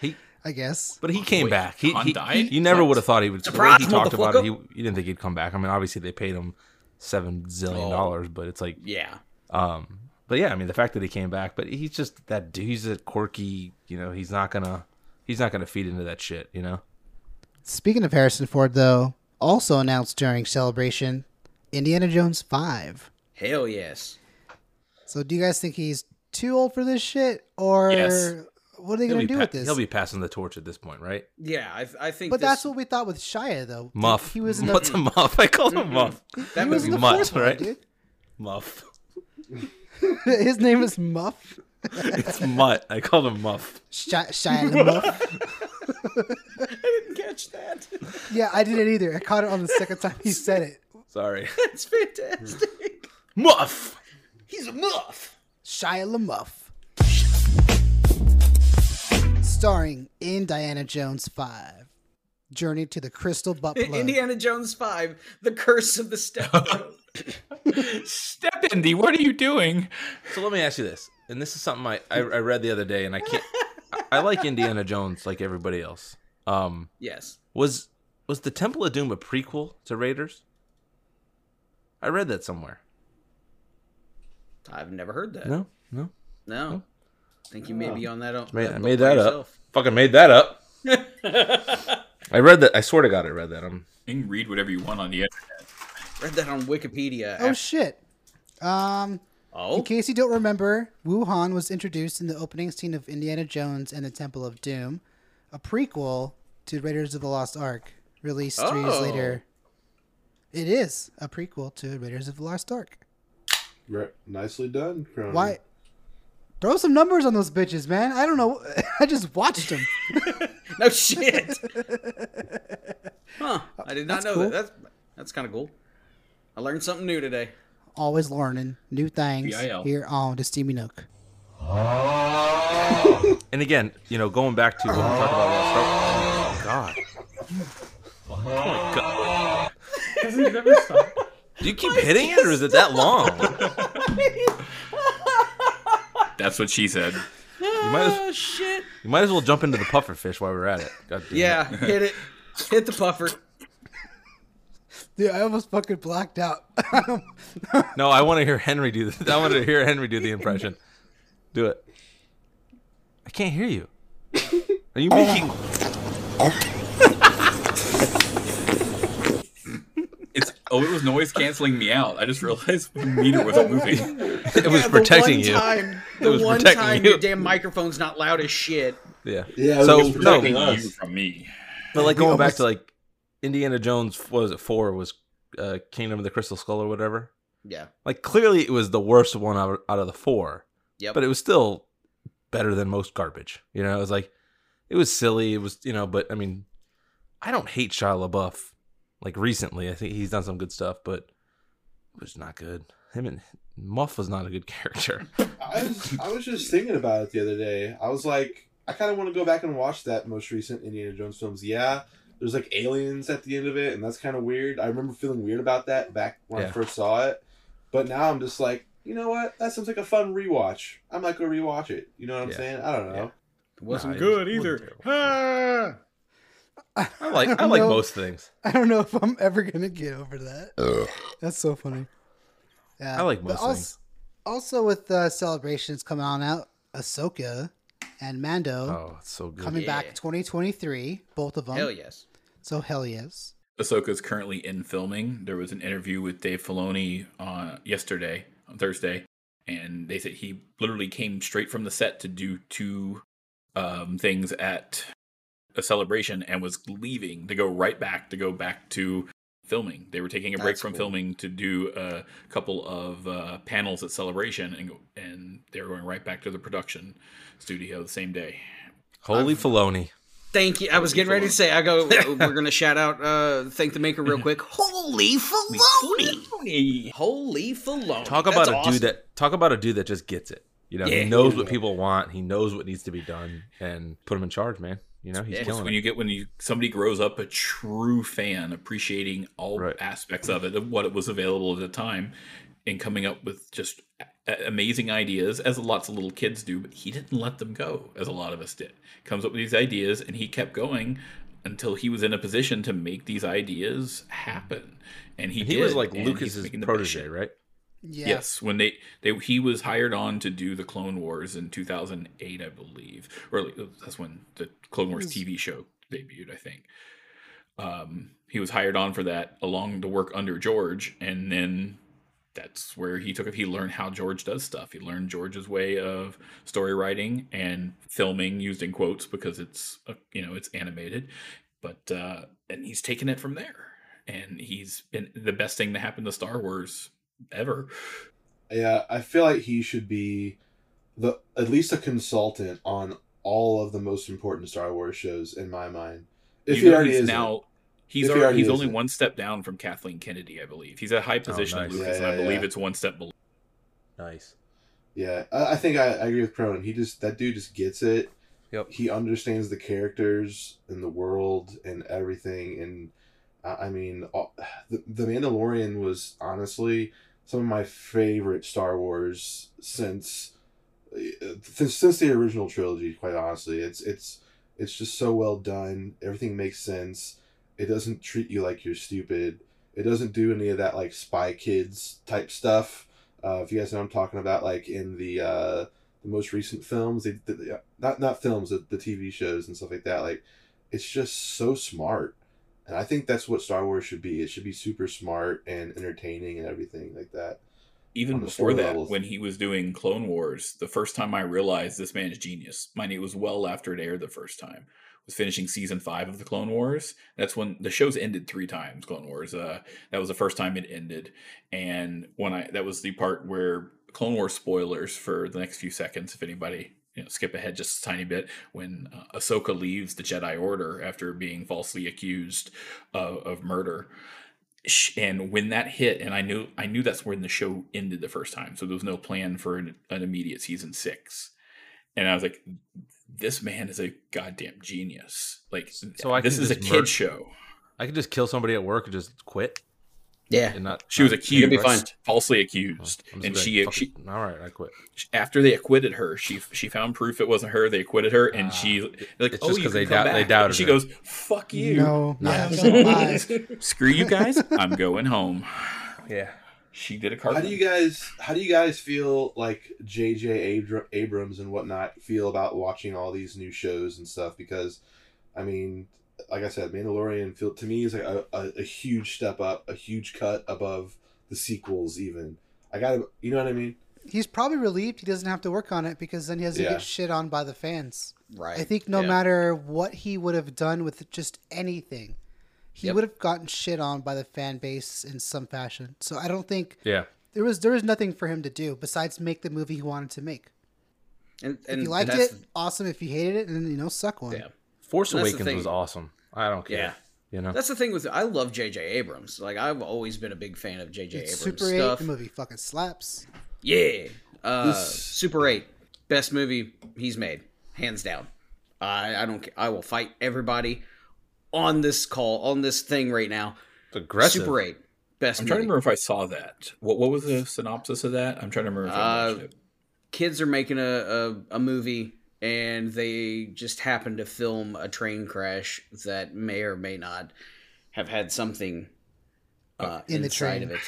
Speaker 4: he
Speaker 2: I guess.
Speaker 4: But he came
Speaker 1: Wait,
Speaker 4: back. He,
Speaker 1: Han
Speaker 4: he,
Speaker 1: died?
Speaker 4: You never
Speaker 1: What?
Speaker 4: would have thought he would. the way
Speaker 3: Surprise,
Speaker 4: he talked about it. He,
Speaker 3: motherfucker.
Speaker 4: you didn't think he'd come back. I mean, obviously they paid him seven zillion
Speaker 3: Oh.
Speaker 4: dollars, but it's like,
Speaker 3: Yeah,
Speaker 4: um, but yeah, I mean, the fact that he came back, but he's just that dude. He's a quirky. You know, he's not gonna. He's not gonna feed into that shit. You know.
Speaker 2: Speaking of Harrison Ford, though, also announced during Celebration, Indiana Jones 5.
Speaker 3: hell yes.
Speaker 2: So do you guys think he's too old for this shit or
Speaker 1: Yes.
Speaker 2: what are they
Speaker 4: He'll
Speaker 2: going
Speaker 4: be,
Speaker 2: to do
Speaker 4: pa-
Speaker 2: with this?
Speaker 4: he'll be passing the torch at this point, right?
Speaker 3: Yeah, I, I think.
Speaker 2: but
Speaker 3: this-
Speaker 2: that's what we thought with Shia, though.
Speaker 4: Muff.
Speaker 2: He was in the,
Speaker 4: What's a muff? I called him muff.
Speaker 2: he
Speaker 3: that
Speaker 2: was in
Speaker 3: movie.
Speaker 2: the
Speaker 4: Mutt,
Speaker 2: fourth one,
Speaker 4: right?
Speaker 2: dude.
Speaker 4: Muff.
Speaker 2: His name is Muff.
Speaker 4: It's mutt. I called him muff.
Speaker 2: Shia, Shia LaMuff.
Speaker 3: I didn't catch that.
Speaker 2: Yeah, I didn't either. I caught it on the second time he said it.
Speaker 4: Sorry.
Speaker 3: That's fantastic.
Speaker 4: muff.
Speaker 3: He's a muff.
Speaker 2: Shia LaMuff. Starring in Diana Jones 5. Journey to the Crystal Butt Plug.
Speaker 3: Indiana Jones Five: The Curse of the Step.
Speaker 1: Step Indy, what are you doing?
Speaker 4: So let me ask you this, and this is something I, I, I read the other day, and I can't. I, I like Indiana Jones like everybody else. Um,
Speaker 3: yes.
Speaker 4: was was the Temple of Doom a prequel to Raiders? I read that somewhere.
Speaker 3: I've never heard that.
Speaker 4: No, no.
Speaker 3: No. I think you may be on that.
Speaker 4: Made, I made that up. Fucking made that up. I read that. I swear to God, I read that. Um, I'm
Speaker 1: You can read whatever you want on the internet.
Speaker 3: Read that on Wikipedia.
Speaker 2: Oh shit. Um,
Speaker 3: Oh,
Speaker 2: in case you don't remember, Wuhan was introduced in the opening scene of Indiana Jones and the Temple of Doom, a prequel to Raiders of the Lost Ark, released three years
Speaker 3: Oh.
Speaker 2: later. It is a prequel to Raiders of the Lost Ark.
Speaker 5: Re- nicely done, Cronin.
Speaker 2: Why? Throw some numbers on those bitches, man. I don't know. I just watched them.
Speaker 3: no shit. huh? I did not
Speaker 2: That's
Speaker 3: know
Speaker 2: cool.
Speaker 3: that. That's that's kind of cool. I learned something new today.
Speaker 2: Always learning new things
Speaker 1: VIL.
Speaker 2: here on the Steamy Nook.
Speaker 4: And again, you know, going back to what we talked about last time. Oh, God. Oh, my God. Do you keep hitting it, or is it that long? You
Speaker 1: That's what she said.
Speaker 4: might as,
Speaker 3: Oh, shit.
Speaker 4: you might as well jump into the puffer fish while we're at it. God damn it.
Speaker 3: Yeah, hit it. Hit the puffer.
Speaker 2: Dude, I almost fucking blacked out.
Speaker 4: No, I want to hear Henry do this. I want to hear Henry do the impression. Do it. I can't hear you. Are
Speaker 3: Oh.
Speaker 4: you making?
Speaker 1: It's oh, it was noise canceling me out. I just realized the meter wasn't moving.
Speaker 4: It was
Speaker 3: Yeah,
Speaker 4: protecting
Speaker 3: the
Speaker 4: you.
Speaker 3: one Time, the
Speaker 4: was
Speaker 3: one
Speaker 4: protecting
Speaker 3: time
Speaker 4: you.
Speaker 3: your damn microphone's not loud as shit.
Speaker 4: Yeah.
Speaker 5: Yeah, it
Speaker 4: So,
Speaker 5: was
Speaker 4: no.
Speaker 5: protecting
Speaker 1: You
Speaker 5: us.
Speaker 1: from me.
Speaker 4: But like
Speaker 2: We
Speaker 4: going back
Speaker 2: almost-
Speaker 4: to like Indiana Jones, what was it four? Was uh, Kingdom of the Crystal Skull or whatever?
Speaker 3: Yeah.
Speaker 4: Like clearly, it was the worst one out out of the four.
Speaker 3: Yep.
Speaker 4: but it was still better than most garbage. You know, it was like it was silly. It was you know, but I mean, I don't hate Shia LaBeouf. Like recently, I think he's done some good stuff, but it was not good. Him and Muff was not a good character.
Speaker 5: I was, I was just thinking about it the other day. I was like, I kind of want to go back and watch that most recent Indiana Jones films. Yeah, there's like aliens at the end of it, and that's kind of weird. I remember feeling weird about that back when
Speaker 4: Yeah.
Speaker 5: I first saw it, but now I'm just like, you know what? That sounds like a fun rewatch. I might go rewatch it. You know what I'm
Speaker 4: Yeah.
Speaker 5: saying? I don't know.
Speaker 4: wasn't Nah, it was- good it wasn't either. I like I
Speaker 2: don't
Speaker 4: like
Speaker 2: know-
Speaker 4: most things.
Speaker 2: I don't know if I'm ever gonna get over that. That's so funny. Yeah,
Speaker 4: I like
Speaker 2: but
Speaker 4: most
Speaker 2: als-
Speaker 4: things.
Speaker 2: Also, with uh, celebrations coming on out, Ahsoka and Mando
Speaker 4: Oh, it's so good.
Speaker 2: coming
Speaker 3: Yeah.
Speaker 2: back 2023, both of them.
Speaker 3: Hell yes.
Speaker 2: So hell yes.
Speaker 1: Ahsoka is currently in filming. There was an interview with Dave Filoni on yesterday, on Thursday, and they said he literally came straight from the set to do two um, things at a celebration and was leaving to go right back to go back to filming. They were taking a break
Speaker 3: That's
Speaker 1: from
Speaker 3: cool.
Speaker 1: filming to do a couple of uh, panels at celebration, and go- and they were going right back to the production studio the same day.
Speaker 4: Holy Filoni.
Speaker 3: Thank you. I was getting ready to say, I go, we're going to shout out, uh, thank the maker real quick. Holy Filoni! Holy Filoni.
Speaker 4: Talk
Speaker 3: That's
Speaker 4: about a
Speaker 3: awesome.
Speaker 4: dude that talk about a dude that just gets it. You know,
Speaker 3: Yeah.
Speaker 4: he knows what people want. He knows what needs to be done, and put him in charge, man. You know, he's
Speaker 3: Yeah.
Speaker 4: killing
Speaker 1: when
Speaker 4: it.
Speaker 1: you get when you somebody grows up a true fan appreciating all
Speaker 4: Right.
Speaker 1: aspects of it of what it was available at the time and coming up with just a- amazing ideas as lots of little kids do but he didn't let them go as a lot of us did comes up with these ideas and he kept going until he was in a position to make these ideas happen and he,
Speaker 4: He
Speaker 1: did,
Speaker 4: was like
Speaker 1: and he's
Speaker 4: Lucas's
Speaker 1: making the best
Speaker 4: protege,
Speaker 1: shit.
Speaker 4: right?
Speaker 2: Yeah.
Speaker 1: Yes, when they, they he was hired on to do the Clone Wars in 2008, I believe, or like, that's when the Clone Wars TV show debuted, I think. Um, he was hired on for that along the work under George, and then that's where he took it. He learned how George does stuff. He learned George's way of story writing and filming, used in quotes because it's uh, you know it's animated, but uh, and he's taken it from there. And he's been the best thing to happen to Star Wars ever.
Speaker 5: Yeah, I feel like he should be the at least a consultant on all of the most important Star Wars shows in my mind. If
Speaker 1: You
Speaker 5: he
Speaker 1: know
Speaker 5: already
Speaker 1: he's
Speaker 5: is
Speaker 1: now he's
Speaker 5: If he
Speaker 1: already,
Speaker 5: already
Speaker 1: he's
Speaker 5: isn't.
Speaker 1: only one step down from Kathleen Kennedy, I believe. He's at a high position
Speaker 4: nice.
Speaker 1: at Lucas,
Speaker 5: Yeah,
Speaker 1: and I
Speaker 5: yeah,
Speaker 1: believe
Speaker 5: yeah.
Speaker 1: it's one step below.
Speaker 4: Nice.
Speaker 5: Yeah, I, I think I, I agree with Cronin. He just that dude just gets it.
Speaker 4: Yep.
Speaker 5: He understands the characters and the world and everything. And I, I mean, all, the, the Mandalorian was honestly some of my favorite Star Wars since since, since the original trilogy. Quite honestly, it's it's it's just so well done. Everything makes sense. It doesn't treat you like you're stupid. It doesn't do any of that like Spy Kids type stuff. Uh, if you guys know what I'm talking about, like in the uh, the most recent films, they, they, not not films, the, the TV shows and stuff like that. Like it's just so smart. And I think that's what Star Wars should be. It should be super smart and entertaining and everything like that.
Speaker 1: Even
Speaker 5: on the
Speaker 1: before
Speaker 5: story
Speaker 1: that,
Speaker 5: levels.
Speaker 1: when he was doing Clone Wars, the first time I realized this man is genius. Mind you, it was well after it aired the first time. Was finishing season five of the Clone Wars. That's when the show's ended three times. Clone Wars. Uh, that was the first time it ended, and when I that was the part where Clone Wars spoilers for the next few seconds. If anybody you know, skip ahead just a tiny bit, when uh, Ahsoka leaves the Jedi Order after being falsely accused of, of murder, sh- and when that hit and i knew i knew that's when the show ended the first time so there was no plan for an, an immediate season six and i was like this man is a goddamn genius like
Speaker 4: So I
Speaker 1: this
Speaker 4: can
Speaker 1: is a
Speaker 4: just
Speaker 1: kid
Speaker 4: merge-
Speaker 1: show
Speaker 4: I could just kill somebody at work and just quit
Speaker 3: Yeah.
Speaker 4: and not.
Speaker 1: she was accused
Speaker 3: be fine.
Speaker 1: falsely
Speaker 4: I'm
Speaker 1: accused
Speaker 4: just
Speaker 1: and
Speaker 4: like,
Speaker 1: she,
Speaker 4: fuck
Speaker 1: she
Speaker 4: it. all right, I quit.
Speaker 1: after they acquitted her she she found proof it wasn't her they acquitted her and she like
Speaker 4: it's
Speaker 1: oh
Speaker 4: Ah, just
Speaker 1: you can
Speaker 4: 'cause they
Speaker 1: come
Speaker 4: doubt- they
Speaker 1: back."
Speaker 4: doubted
Speaker 1: she
Speaker 4: her.
Speaker 1: goes fuck you
Speaker 2: No, yeah,
Speaker 1: I'm
Speaker 2: it's
Speaker 1: going
Speaker 2: a lie.
Speaker 1: home." screw you guys i'm going home
Speaker 4: Yeah.
Speaker 1: she did a
Speaker 5: How
Speaker 1: card
Speaker 5: do you guys how do you guys feel like JJ Abr- Abrams and whatnot feel about watching all these new shows and stuff because I mean like I said Mandalorian feel to me is like a, a, a huge step up, a huge cut above the sequels even. I got to you know what I mean?
Speaker 2: He's probably relieved he doesn't have to work on it because then he doesn't
Speaker 5: Yeah.
Speaker 2: get shit on by the fans.
Speaker 3: Right.
Speaker 2: I think no
Speaker 3: Yeah.
Speaker 2: matter what he would have done with just anything, he
Speaker 3: Yep.
Speaker 2: would have gotten shit on by the fan base in some fashion. So I don't think
Speaker 4: Yeah.
Speaker 2: there was there was nothing for him to do besides make the movie he wanted to make.
Speaker 3: And,
Speaker 2: If
Speaker 3: and
Speaker 2: you liked
Speaker 3: that's-
Speaker 2: it, awesome. If you hated it, and you know, suck one.
Speaker 3: Yeah.
Speaker 4: Force
Speaker 3: That's the
Speaker 4: Awakens
Speaker 3: thing.
Speaker 4: was awesome. I don't care.
Speaker 3: Yeah.
Speaker 4: You know.
Speaker 3: That's the thing with I love J.J. Abrams. Like I've always been a big fan of J.J.
Speaker 2: Dude,
Speaker 3: Abrams
Speaker 2: Super Eight,
Speaker 3: stuff.
Speaker 2: the movie fucking slaps.
Speaker 3: Yeah. Uh,
Speaker 5: This-
Speaker 3: Super 8. Best movie he's made, hands down. I I don't ca- I will fight everybody on this call, on this thing right now.
Speaker 4: It's aggressive.
Speaker 3: Super 8. Best
Speaker 1: I'm
Speaker 3: movie.
Speaker 1: trying to remember if I saw that. What what was the synopsis of that? I'm trying to remember if I
Speaker 3: Uh,
Speaker 1: watched it.
Speaker 3: Kids are making a, a, a movie and they just happen to film a train crash that may or may not have had something uh,
Speaker 2: In the
Speaker 3: inside
Speaker 2: train.
Speaker 3: of it.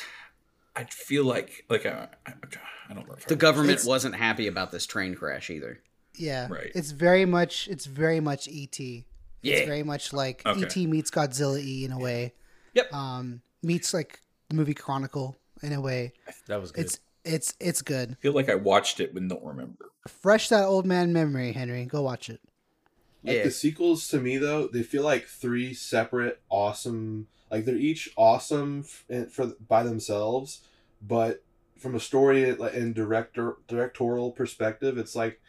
Speaker 1: I feel like like uh, I, I don't remember.
Speaker 3: The government
Speaker 2: It's-
Speaker 3: wasn't happy about this train crash either.
Speaker 2: Yeah,
Speaker 1: Right.
Speaker 2: It's very much. It's very much ET. It's
Speaker 3: Yeah.
Speaker 2: very much like
Speaker 1: Okay.
Speaker 2: ET meets Godzilla E in a way.
Speaker 3: Yep.
Speaker 2: Um, meets like the movie Chronicle in a way.
Speaker 4: That was good.
Speaker 2: It's it's it's good.
Speaker 1: I feel like I watched it but don't remember.
Speaker 2: Fresh that old man memory, Henry. Go watch it.
Speaker 5: Like
Speaker 3: Yeah.
Speaker 5: the sequels to me though, they feel like three separate awesome. Like they're each awesome f- and- for by themselves, but from a story and- and director directorial perspective, it's like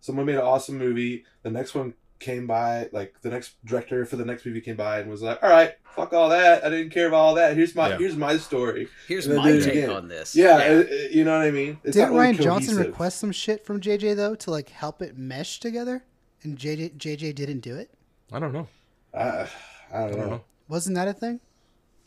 Speaker 5: someone made an awesome movie. The next one came by, like the next director for the next movie came by and was like, "All right, fuck all that. I didn't care about all that. Here's my
Speaker 4: Yeah.
Speaker 5: here's my story."
Speaker 3: Here's
Speaker 5: And then
Speaker 3: my
Speaker 5: do it
Speaker 3: take
Speaker 5: again.
Speaker 3: on this.
Speaker 5: Yeah, it- it- you know what I mean. It's
Speaker 2: Didn't
Speaker 5: not really
Speaker 2: Ryan Johnson
Speaker 5: cohesive.
Speaker 2: request some shit from JJ though to like help it mesh together, and JJ JJ didn't do it?
Speaker 4: I don't know.
Speaker 5: I, I
Speaker 4: I
Speaker 5: don't
Speaker 4: don't
Speaker 5: know.
Speaker 4: know.
Speaker 2: Wasn't that a thing?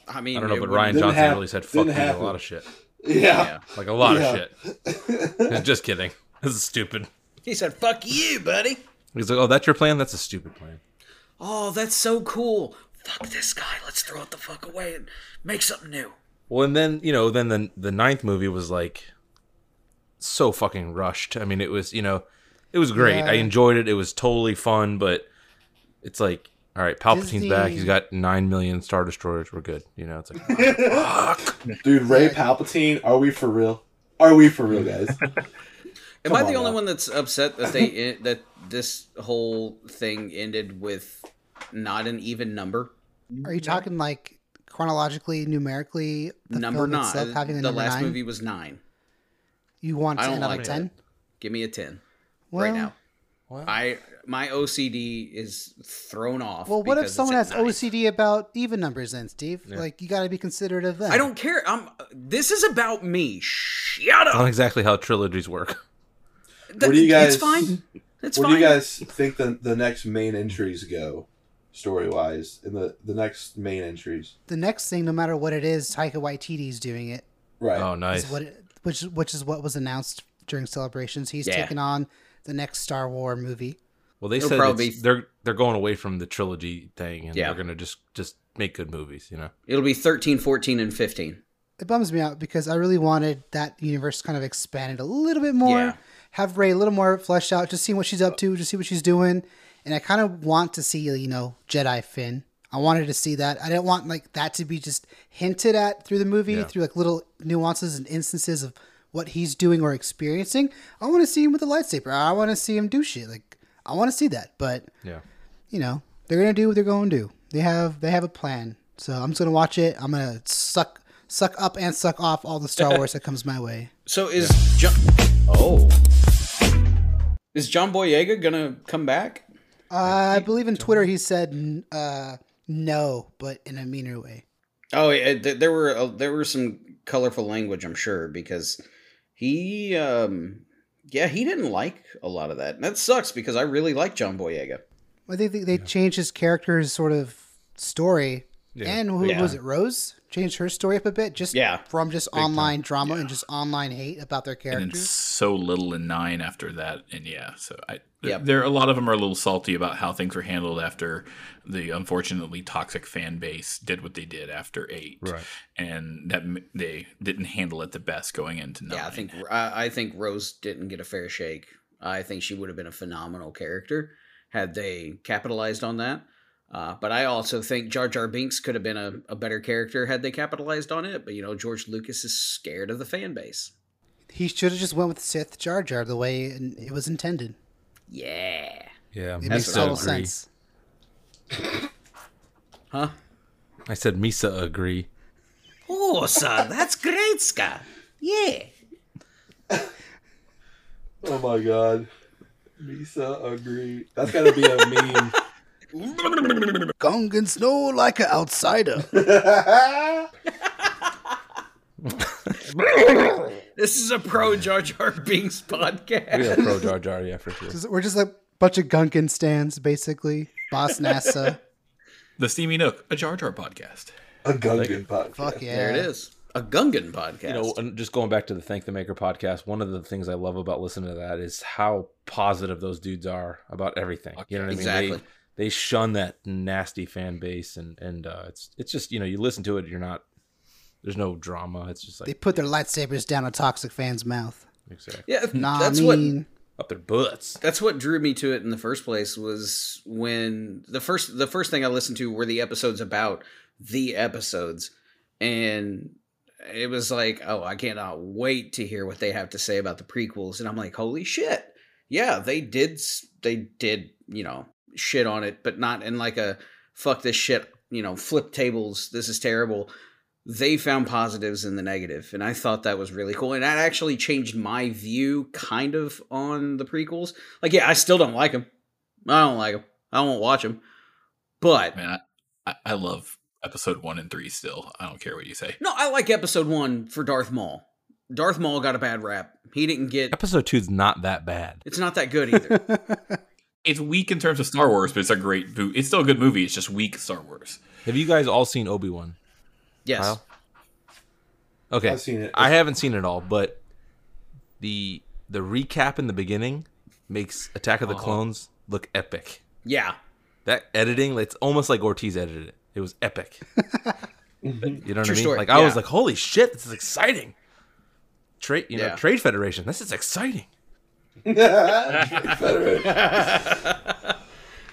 Speaker 3: I mean,
Speaker 4: I don't know,
Speaker 3: it
Speaker 4: but
Speaker 3: wouldn't-
Speaker 4: Ryan
Speaker 5: didn't
Speaker 4: Johnson
Speaker 5: hap-
Speaker 4: really said
Speaker 5: didn't
Speaker 4: fuck you to a
Speaker 5: happen.
Speaker 4: lot of shit.
Speaker 5: Yeah.
Speaker 3: Yeah.
Speaker 4: Like a lot
Speaker 5: Yeah.
Speaker 4: of shit. He's just kidding. This is stupid.
Speaker 3: He said, "Fuck you, buddy."
Speaker 4: He's like, "Oh, that's your plan? That's a stupid plan."
Speaker 3: Oh, that's so cool. Fuck this guy. Let's throw it the fuck away and make something new.
Speaker 4: Well, and then you know, then the the ninth movie was like so fucking rushed. I mean, it was you know, it was great. I
Speaker 2: Yeah.
Speaker 4: enjoyed it. It was totally fun, but it's like, all right, Palpatine's back.
Speaker 2: Disney-
Speaker 4: He's got nine million star destroyers. We're good. You know, it's like
Speaker 5: Dude, Ray Palpatine, are we for real? Are we for real, guys?
Speaker 3: Am
Speaker 5: Come
Speaker 3: I
Speaker 5: on
Speaker 3: the only
Speaker 5: now.
Speaker 3: one that's upset that they that this whole thing ended with not an even number?
Speaker 2: Are you talking like chronologically, numerically, the
Speaker 3: number
Speaker 2: film
Speaker 3: nine.
Speaker 2: itself having a
Speaker 3: the
Speaker 2: number
Speaker 3: last
Speaker 2: nine?
Speaker 3: movie was nine.
Speaker 2: You want
Speaker 3: I
Speaker 2: to
Speaker 3: don't
Speaker 2: end on a
Speaker 3: like
Speaker 2: ten?
Speaker 3: Give me a ten
Speaker 2: Well,
Speaker 3: right now.
Speaker 4: Well-
Speaker 3: I my OCD is thrown off.
Speaker 2: Well, what if
Speaker 3: because it's
Speaker 2: someone
Speaker 3: at
Speaker 2: has
Speaker 3: nine.
Speaker 2: OCD about even numbers then, Steve? Like, you got to be considerate of them.
Speaker 3: I don't care. I'm. This is about me. Shut
Speaker 4: not
Speaker 3: up.
Speaker 4: exactly how trilogies work.
Speaker 5: What do you guys-
Speaker 3: It's fine. It's
Speaker 5: Where
Speaker 3: fine.
Speaker 5: do you guys think the, the next main entries go, story wise? In the the next main entries,
Speaker 2: The next thing, no matter what it is, Taika Waititi's doing it.
Speaker 5: right?
Speaker 4: Oh,
Speaker 2: is
Speaker 4: nice.
Speaker 2: what it- which which is what was announced during celebrations. He's
Speaker 3: Yeah.
Speaker 2: taking on the next Star Wars movie.
Speaker 4: Well, they
Speaker 3: It'll
Speaker 4: said
Speaker 3: probably
Speaker 4: it's-
Speaker 3: be-
Speaker 4: they're they're going away from the trilogy thing, and
Speaker 3: Yeah.
Speaker 4: they're gonna just just make good movies. You know,
Speaker 3: It'll be 13, 14, and 15.
Speaker 2: It bums me out because I really wanted that universe kind of expanded a little bit more.
Speaker 3: Yeah.
Speaker 2: Have Ray a little more fleshed out, just seeing what she's up to, just see what she's doing. and I kind of want to see you know Jedi Finn. I wanted to see that. I didn't want like that to be just hinted at through the movie
Speaker 4: Yeah.
Speaker 2: through like little nuances and instances of what he's doing or experiencing. I want to see him with a lightsaber. I want to see him do shit. Like I want to see that, but
Speaker 4: Yeah.
Speaker 2: you know, they're gonna do what they're gonna do. They have they have a plan. So I'm just gonna watch it. I'm gonna suck suck up and suck off all the Star Wars that comes my way.
Speaker 3: So is John? Oh, is John Boyega gonna come back?
Speaker 2: Uh, I believe in Twitter he said n- uh, no, but in a meaner way.
Speaker 3: Oh, yeah, th- there were uh, there were some colorful language, I'm sure, because he, um, yeah, he didn't like a lot of that, and that sucks because I really like John Boyega.
Speaker 2: I think they, they changed his character's sort of story.
Speaker 4: Yeah.
Speaker 2: And who
Speaker 3: Yeah.
Speaker 2: was it? Rose changed her story up a bit, just
Speaker 3: Yeah.
Speaker 2: from just online drama and just online hate about their
Speaker 1: and then
Speaker 2: characters.
Speaker 1: so little in nine after that and yeah so i there-
Speaker 3: Yep.
Speaker 1: there a lot of them are a little salty about how things were handled after the unfortunately toxic fan base did what they did after eight
Speaker 4: Right.
Speaker 1: and that m- they didn't handle it the best going into nine
Speaker 3: Yeah, I think I, I think Rose didn't get a fair shake. I think she would have been a phenomenal character had they capitalized on that. Uh, but I also think Jar Jar Binks could have been a, a better character had they capitalized on it. But you know, George Lucas is scared of the fan base.
Speaker 2: he should have just went with Sith Jar Jar the way it was intended.
Speaker 3: Yeah.
Speaker 4: Yeah.
Speaker 2: It
Speaker 4: Misa
Speaker 2: makes total
Speaker 4: agree.
Speaker 2: sense.
Speaker 3: Huh?
Speaker 4: I said Misa agree.
Speaker 3: Oh, son, that's great, Scott. Yeah.
Speaker 5: Oh my god. Misa agree. That's gotta be a meme.
Speaker 2: Gong and snow like an outsider.
Speaker 3: This is a pro Jar Jar Binks podcast.
Speaker 4: We are pro Jar Jar, yeah, for sure.
Speaker 2: Just- We're just a bunch of Gunkin stands, basically. Boss NASA.
Speaker 1: the steamy nook a jar jar podcast
Speaker 5: a Gungan podcast.
Speaker 2: Fuck yeah.
Speaker 3: There it is. A Gungan podcast.
Speaker 4: You know, and just going back to the Thank the Maker podcast, one of the things I love about listening to that is how positive those dudes are about everything. You know what I mean? They-
Speaker 3: Exactly.
Speaker 4: They, shun that nasty fan base, and and uh, it's it's just you know you listen to it, you're not there's no drama. It's just
Speaker 2: They
Speaker 4: like
Speaker 2: put their lightsabers down a toxic fan's mouth.
Speaker 4: exactly
Speaker 3: yeah,
Speaker 2: Nah,
Speaker 3: that's
Speaker 2: I
Speaker 3: what
Speaker 2: mean,
Speaker 4: up their butts.
Speaker 3: that's what drew me to it in the first place was when the first the first thing I listened to were the episodes about the episodes, and it was like, oh, I cannot wait to hear what they have to say about the prequels, and I'm like, holy shit, yeah, they did s- they did you know shit on it, but not in like a fuck this shit, you know, flip tables, this is terrible. They found positives in the negative, and I thought that was really cool. And that actually changed my view kind of on the prequels. Like, yeah, I still don't like them. I don't like them. I won't watch them. But
Speaker 1: man I, I, I love episode one and three still i don't care what you say
Speaker 3: no, I like episode one for Darth Maul. Darth Maul got a bad rap. He didn't get.
Speaker 4: Episode two's not that bad.
Speaker 3: It's not that good either.
Speaker 1: it's weak in terms of star wars but it's a great boot it's still a good movie it's just weak star wars
Speaker 4: Have you guys all seen Obi Wan?
Speaker 3: Yes.
Speaker 4: Kyle? Okay,
Speaker 5: I've seen it.
Speaker 4: I haven't seen it all, but the the recap in the beginning makes Attack of the Clones look epic.
Speaker 3: Yeah.
Speaker 4: That editing, it's almost like Ortiz edited it. It was epic. you know what I mean?
Speaker 3: True story,
Speaker 4: Like I was
Speaker 3: yeah.
Speaker 4: like, holy shit, this is exciting. Trade, you know,
Speaker 3: Yeah.
Speaker 4: Trade Federation. This is exciting.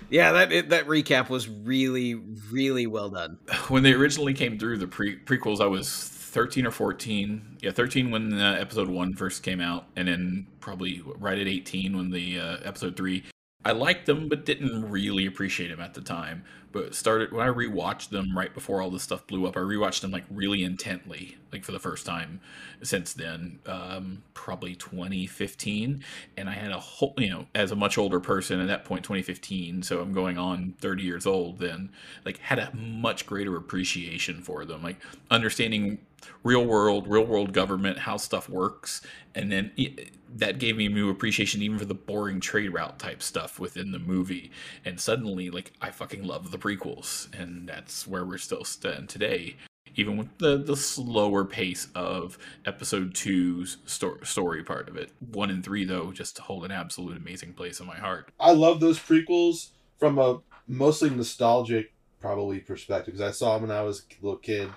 Speaker 3: Yeah, that it, that recap was really, really well done.
Speaker 1: when they originally came through the pre- prequels, I was 13 or 14. Yeah, 13 when uh, episode one first came out, and then probably right at 18 when the uh, episode three. I liked them, but didn't really appreciate them at the time. But started when I rewatched them right before all this stuff blew up. I rewatched them like really intently, like for the first time since then, um, probably 2015. And I had a whole, you know, as a much older person at that point, 2015. So I'm going on 30 years old then like had a much greater appreciation for them like understanding real world real world government how stuff works and then it, that gave me a new appreciation even for the boring trade route type stuff within the movie and suddenly like i fucking love the prequels and that's where we're still standing today even with the, the slower pace of episode two's sto- story part of it one and three though just hold an absolute amazing place in my heart
Speaker 5: I love those prequels from a mostly nostalgic, probably perspective because I saw them when I was a little kid,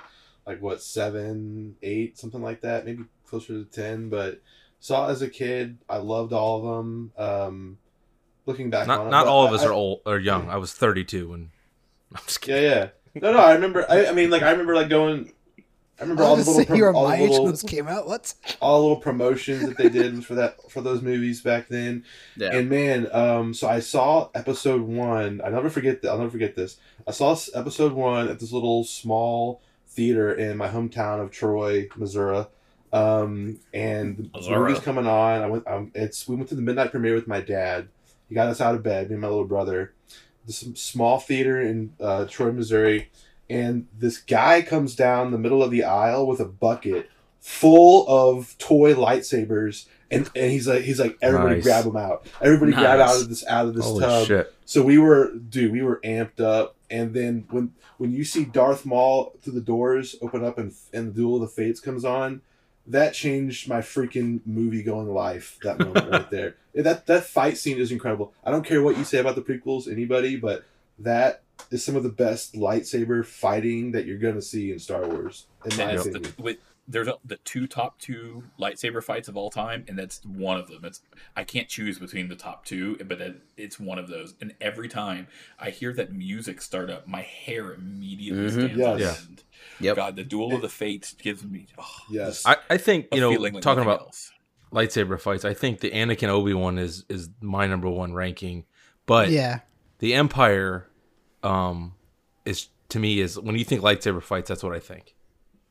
Speaker 5: like what seven, eight, something like that, maybe closer to ten. But saw it as a kid, I loved all of them. Um, looking back on
Speaker 4: Not
Speaker 5: it,
Speaker 4: not
Speaker 5: but
Speaker 4: all of us
Speaker 5: I-
Speaker 4: are old or young. I was 32 and I'm just
Speaker 5: Yeah,
Speaker 4: kidding.
Speaker 5: yeah. No, no, I remember. I, I mean, like I remember like going. I remember all
Speaker 2: I'll
Speaker 5: the
Speaker 2: just
Speaker 5: little
Speaker 2: say
Speaker 5: pro-
Speaker 2: you were
Speaker 5: all the
Speaker 2: my age when
Speaker 5: little
Speaker 2: this came out. What?
Speaker 5: all the little promotions that they did for that for those movies back then.
Speaker 3: Yeah.
Speaker 5: And man, um, so I saw episode one. I never forget that. I'll never forget this. I saw s- episode one at this little small theater in my hometown of Troy, Missouri. Um, and the
Speaker 1: Missouri.
Speaker 5: movie's coming on. I went. Um, it's we went to the midnight premiere with my dad. He got us out of bed, me and my little brother. This small theater in uh, Troy, Missouri, and this guy comes down the middle of the aisle with a bucket full of toy lightsabers, and, and he's like, he's like, everybody
Speaker 4: Nice.
Speaker 5: grab them out, everybody grab
Speaker 3: Nice.
Speaker 5: out of this out of this uh,
Speaker 4: Holy
Speaker 5: tub.
Speaker 4: shit.
Speaker 5: So we were, dude, we were amped up. And then when when you see Darth Maul through the doors open up and and the Duel of the Fates comes on, that changed my freaking movie going life. That moment right there. Yeah, That that fight scene is incredible. I don't care what you say about the prequels, anybody, but that is some of the best lightsaber fighting that you're gonna see in Star Wars, in my
Speaker 1: And it's
Speaker 5: opinion.
Speaker 1: the, with, there's a, the two top two lightsaber fights of all time, and that's one of them. It's I can't choose between the top two, but that it's one of those. And every time I hear that music start up, my hair immediately
Speaker 4: Mm-hmm.
Speaker 3: Mhm.
Speaker 1: stands up.
Speaker 5: Yes.
Speaker 1: And
Speaker 3: Yep.
Speaker 1: God, the duel of the fates gives me oh,
Speaker 5: Yes.
Speaker 4: I, I think,
Speaker 1: a
Speaker 4: you know,
Speaker 1: feeling like
Speaker 4: talking
Speaker 1: nothing
Speaker 4: about
Speaker 1: else.
Speaker 4: lightsaber fights, I think the Anakin Obi-Wan is is my number 1 ranking. But
Speaker 2: yeah.
Speaker 4: the Empire um is to me is when you think lightsaber fights, that's what I think.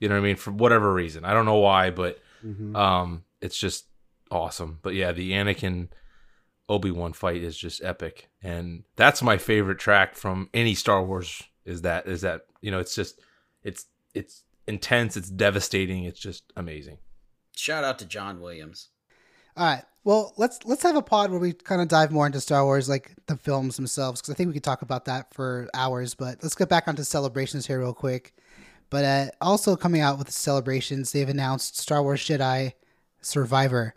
Speaker 4: You know what I mean? For whatever reason. I don't know why, but
Speaker 5: Mhm.
Speaker 4: um it's just awesome. But yeah, the Anakin Obi-Wan fight is just epic. And that's my favorite track from any Star Wars is that is that, you know, it's just it's it's intense, it's devastating, it's just amazing.
Speaker 3: Shout out to John Williams.
Speaker 2: All right. Well, let's let's have a pod where we kind of dive more into Star Wars, like the films themselves, because I think we could talk about that for hours. But let's get back onto celebrations here real quick. But uh, also coming out with celebrations, they've announced Star Wars Jedi Survivor,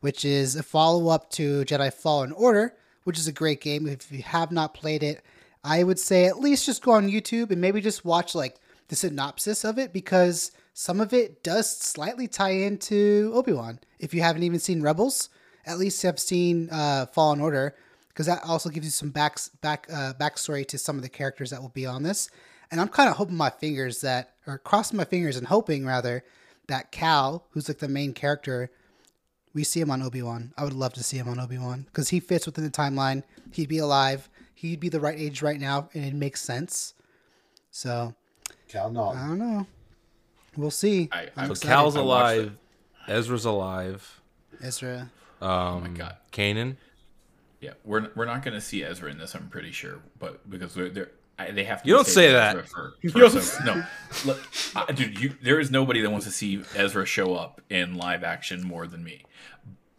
Speaker 2: which is a follow up to Jedi Fallen Order, which is a great game. If you have not played it, I would say at least just go on YouTube and maybe just watch like the synopsis of it because some of it does slightly tie into Obi Wan. If you haven't even seen Rebels, at least have seen uh, Fallen Order because that also gives you some back back uh, backstory to some of the characters that will be on this. And I'm kind of hoping my fingers that, or crossing my fingers and hoping rather that Cal, who's like the main character, we see him on Obi Wan. I would love to see him on Obi Wan because he fits within the timeline. He'd be alive. He'd be the right age right now, and it makes sense. So
Speaker 5: Cal
Speaker 2: I
Speaker 5: Naughton.
Speaker 2: don't know. We'll see.
Speaker 1: I-
Speaker 2: I'm
Speaker 1: I-
Speaker 4: So
Speaker 1: excited.
Speaker 4: Cal's
Speaker 1: I watched
Speaker 4: alive, Ezra's alive,
Speaker 2: Ezra.
Speaker 4: um oh my
Speaker 1: God.
Speaker 4: Kanan.
Speaker 1: Yeah, we're we're not going to see Ezra in this. I'm pretty sure, but because they're, they're I, they have to.
Speaker 4: You don't say that.
Speaker 1: Ezra For, for
Speaker 4: don't
Speaker 1: so- no, Look, I, dude, you, there is nobody that wants to see Ezra show up in live action more than me.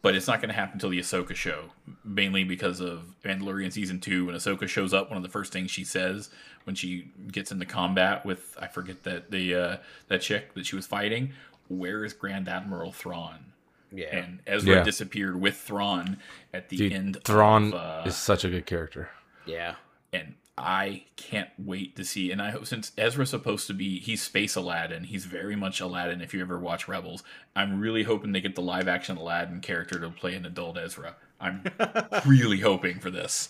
Speaker 1: But it's not going to happen until the Ahsoka show, mainly because of Mandalorian season two. When Ahsoka shows up, one of the first things she says when she gets into combat with I forget that the uh, that chick that she was fighting. Where is Grand Admiral Thrawn?
Speaker 3: Yeah.
Speaker 1: And Ezra
Speaker 4: Yeah.
Speaker 1: disappeared with Thrawn at the end.
Speaker 4: Dude, Thrawn
Speaker 1: of, uh,
Speaker 4: Um, is such a good character.
Speaker 3: Yeah.
Speaker 1: and I can't wait to see. And I hope since Ezra's supposed to be, he's Space Aladdin. He's very much Aladdin. If you ever watch Rebels, I'm really hoping they get the live action Aladdin character to play an adult Ezra. I'm really hoping for this,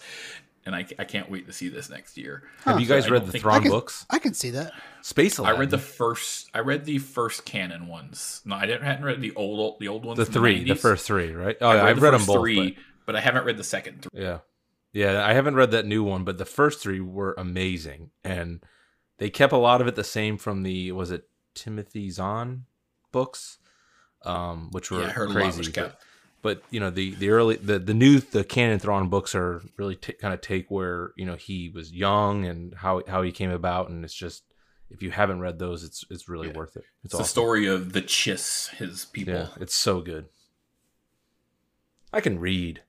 Speaker 1: and I, I can't wait to see this next year.
Speaker 4: Have you
Speaker 1: So
Speaker 4: guys
Speaker 1: I
Speaker 4: read
Speaker 1: don't
Speaker 4: the
Speaker 1: think-
Speaker 4: Thrawn
Speaker 2: I could-
Speaker 4: books?
Speaker 2: I can see that.
Speaker 4: Space Aladdin.
Speaker 1: I read the first. I read the first canon ones. No, I didn't. Hadn't read the old the old ones.
Speaker 4: the
Speaker 1: from
Speaker 4: three, the
Speaker 1: 90s.
Speaker 4: first three, right? Oh,
Speaker 1: I
Speaker 4: yeah,
Speaker 1: read
Speaker 4: I've
Speaker 1: the
Speaker 4: read them
Speaker 1: first
Speaker 4: both.
Speaker 1: three, but I haven't read the second three.
Speaker 4: but- yeah, yeah, I haven't read that new one, but the first three were amazing, and they kept a lot of it the same from the was it Timothy Zahn books, um, which were
Speaker 1: Yeah, I heard a lot.
Speaker 4: crazy.
Speaker 1: Which
Speaker 4: but-
Speaker 1: got
Speaker 4: but you know the the early the the new the canon Thrawn books are really t- kind of take where you know he was young and how how he came about, and it's just if you haven't read those, it's it's really
Speaker 1: Yeah.
Speaker 4: worth it. It's
Speaker 1: It's the
Speaker 4: awesome.
Speaker 1: story of the Chiss, his people.
Speaker 4: Yeah, it's so good. I can read.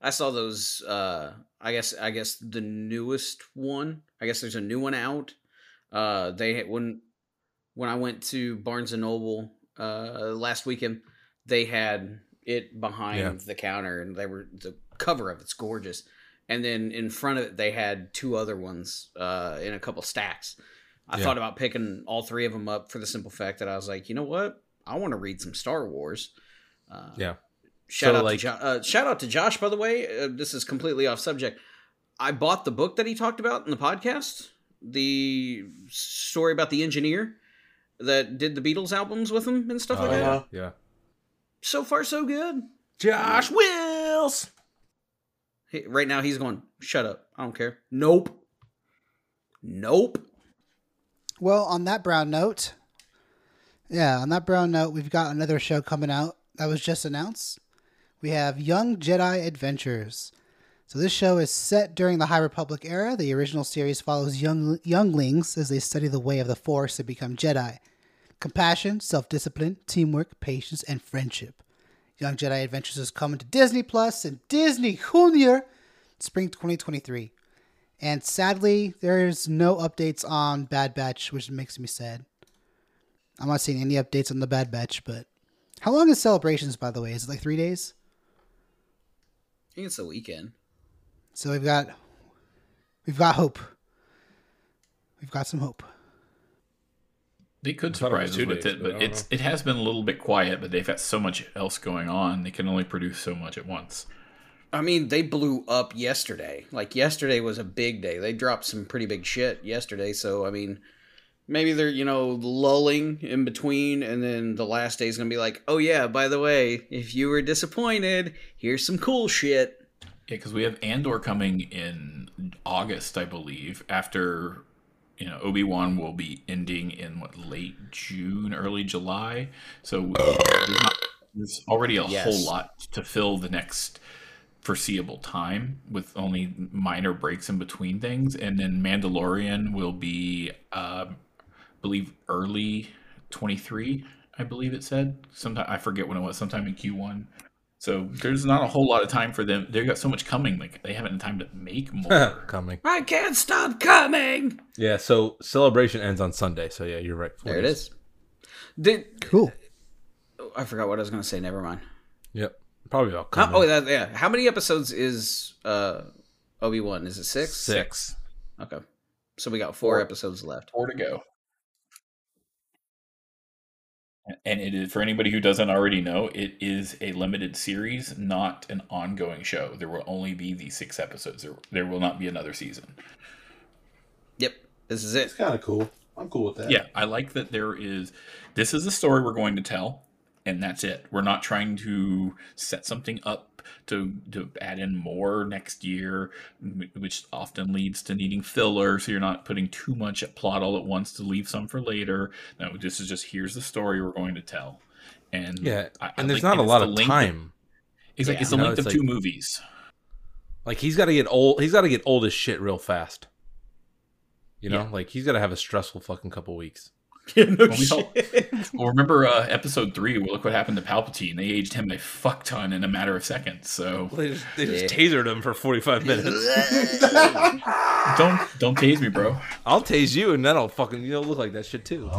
Speaker 3: I saw those uh I guess I guess the newest one. I guess there's a new one out. Uh they had- when when I went to Barnes and Noble uh last weekend, they had it behind
Speaker 4: Yeah.
Speaker 3: the counter and they were the cover of it's gorgeous. And then in front of it they had two other ones uh in a couple stacks. I
Speaker 4: Yeah.
Speaker 3: thought about picking all three of them up for the simple fact that I was like, you know what? I want to read some Star Wars. Uh,
Speaker 4: Yeah.
Speaker 3: Shout
Speaker 4: So,
Speaker 3: out
Speaker 4: like-
Speaker 3: to jo- uh, shout out to Josh, by the way. Uh, this is completely off subject. I bought the book that he talked about in the podcast, the story about the engineer that did the Beatles albums with him and stuff
Speaker 4: Oh,
Speaker 3: like that.
Speaker 4: yeah. yeah.
Speaker 3: So far, so good.
Speaker 4: Josh Wills.
Speaker 3: He- right now, he's going. Shut up. I don't care. Nope. Nope.
Speaker 2: Well, on that brown note, yeah, on that brown note, we've got another show coming out that was just announced. We have Young Jedi Adventures. So this show is set during the High Republic era. The original series follows young younglings as they study the way of the Force and become Jedi. Compassion, self-discipline, teamwork, patience, and friendship. Young Jedi Adventures is coming to Disney Plus and Disney Junior, spring 2023. And sadly, there's no updates on Bad Batch, which makes me sad. I'm not seeing any updates on the Bad Batch, but how long is celebrations, by the way? Is it like three days?
Speaker 3: I think it's the weekend.
Speaker 2: So we've got we've got hope. We've got some hope.
Speaker 1: They could
Speaker 4: thought it was
Speaker 1: surprise
Speaker 4: two
Speaker 1: you with
Speaker 4: days,
Speaker 1: it,
Speaker 4: but I
Speaker 1: but
Speaker 4: don't
Speaker 1: it's it has been a little bit quiet. But they've got so much else going on; they can only produce so much at once.
Speaker 3: I mean, they blew up yesterday. Like yesterday was a big day. They dropped some pretty big shit yesterday. So I mean, maybe they're you know lulling in between, and then the last day's gonna be like, oh yeah, by the way, if you were disappointed, here's some cool shit.
Speaker 1: Yeah, because we have Andor coming in August, I believe. After you know, Obi Wan will be ending in what late June, early July. So there's, not, there's already a
Speaker 3: Yes.
Speaker 1: whole lot to fill the next foreseeable time, with only minor breaks in between things. And then Mandalorian will be, um I believe, early twenty three. I believe it said sometime. I forget when it was. Sometime in Q one. So there's not a whole lot of time for them. They've got so much coming, like they haven't had time to make more.
Speaker 4: Coming.
Speaker 3: I can't stop coming.
Speaker 4: Yeah, so celebration ends on Sunday. So yeah, you're right.
Speaker 3: There it is. Did
Speaker 2: Cool.
Speaker 3: I forgot what I was gonna say? Never mind.
Speaker 4: Yep. Probably about
Speaker 3: How,
Speaker 4: coming.
Speaker 3: oh, that, yeah. How many episodes is uh Obi Wan? Is it six?
Speaker 4: six.
Speaker 3: Okay, so we got four
Speaker 1: Four.
Speaker 3: episodes left.
Speaker 1: More to go. And it is for anybody who doesn't already know, it is a limited series, not an ongoing show. There will only be the six episodes. There, there will not be another season.
Speaker 3: Yep, this is it.
Speaker 5: It's kind of cool. I'm cool with that.
Speaker 1: Yeah, I like that there is. This is the story we're going to tell, and that's it. We're not trying to set something up to to add in more next year, wh- which often leads to needing filler. So you're not putting too much at plot all at once to leave some for later. No, this is just here's the story we're going to tell, and
Speaker 4: Yeah,
Speaker 1: I- I
Speaker 4: and there's
Speaker 1: like-
Speaker 4: not a
Speaker 1: it's
Speaker 4: lot
Speaker 1: the
Speaker 4: of
Speaker 1: length
Speaker 4: time.
Speaker 1: It's like
Speaker 3: Yeah.
Speaker 1: it's the
Speaker 4: No,
Speaker 1: length of
Speaker 4: it's like-
Speaker 1: two movies.
Speaker 4: Like he's got to get old. He's got to get old as shit real fast. You know,
Speaker 1: Yeah.
Speaker 4: like he's got to have a stressful fucking couple weeks. Oh,
Speaker 3: no
Speaker 1: Well, we all- Well, remember uh, episode three? Well, look what happened to Palpatine. They aged him a fuck ton in a matter of seconds. So
Speaker 4: They just, they
Speaker 3: just
Speaker 4: tasered him for 45 minutes.
Speaker 1: don't don't tase me, bro.
Speaker 4: I'll tase you, and then I'll fucking you'll look like that shit too.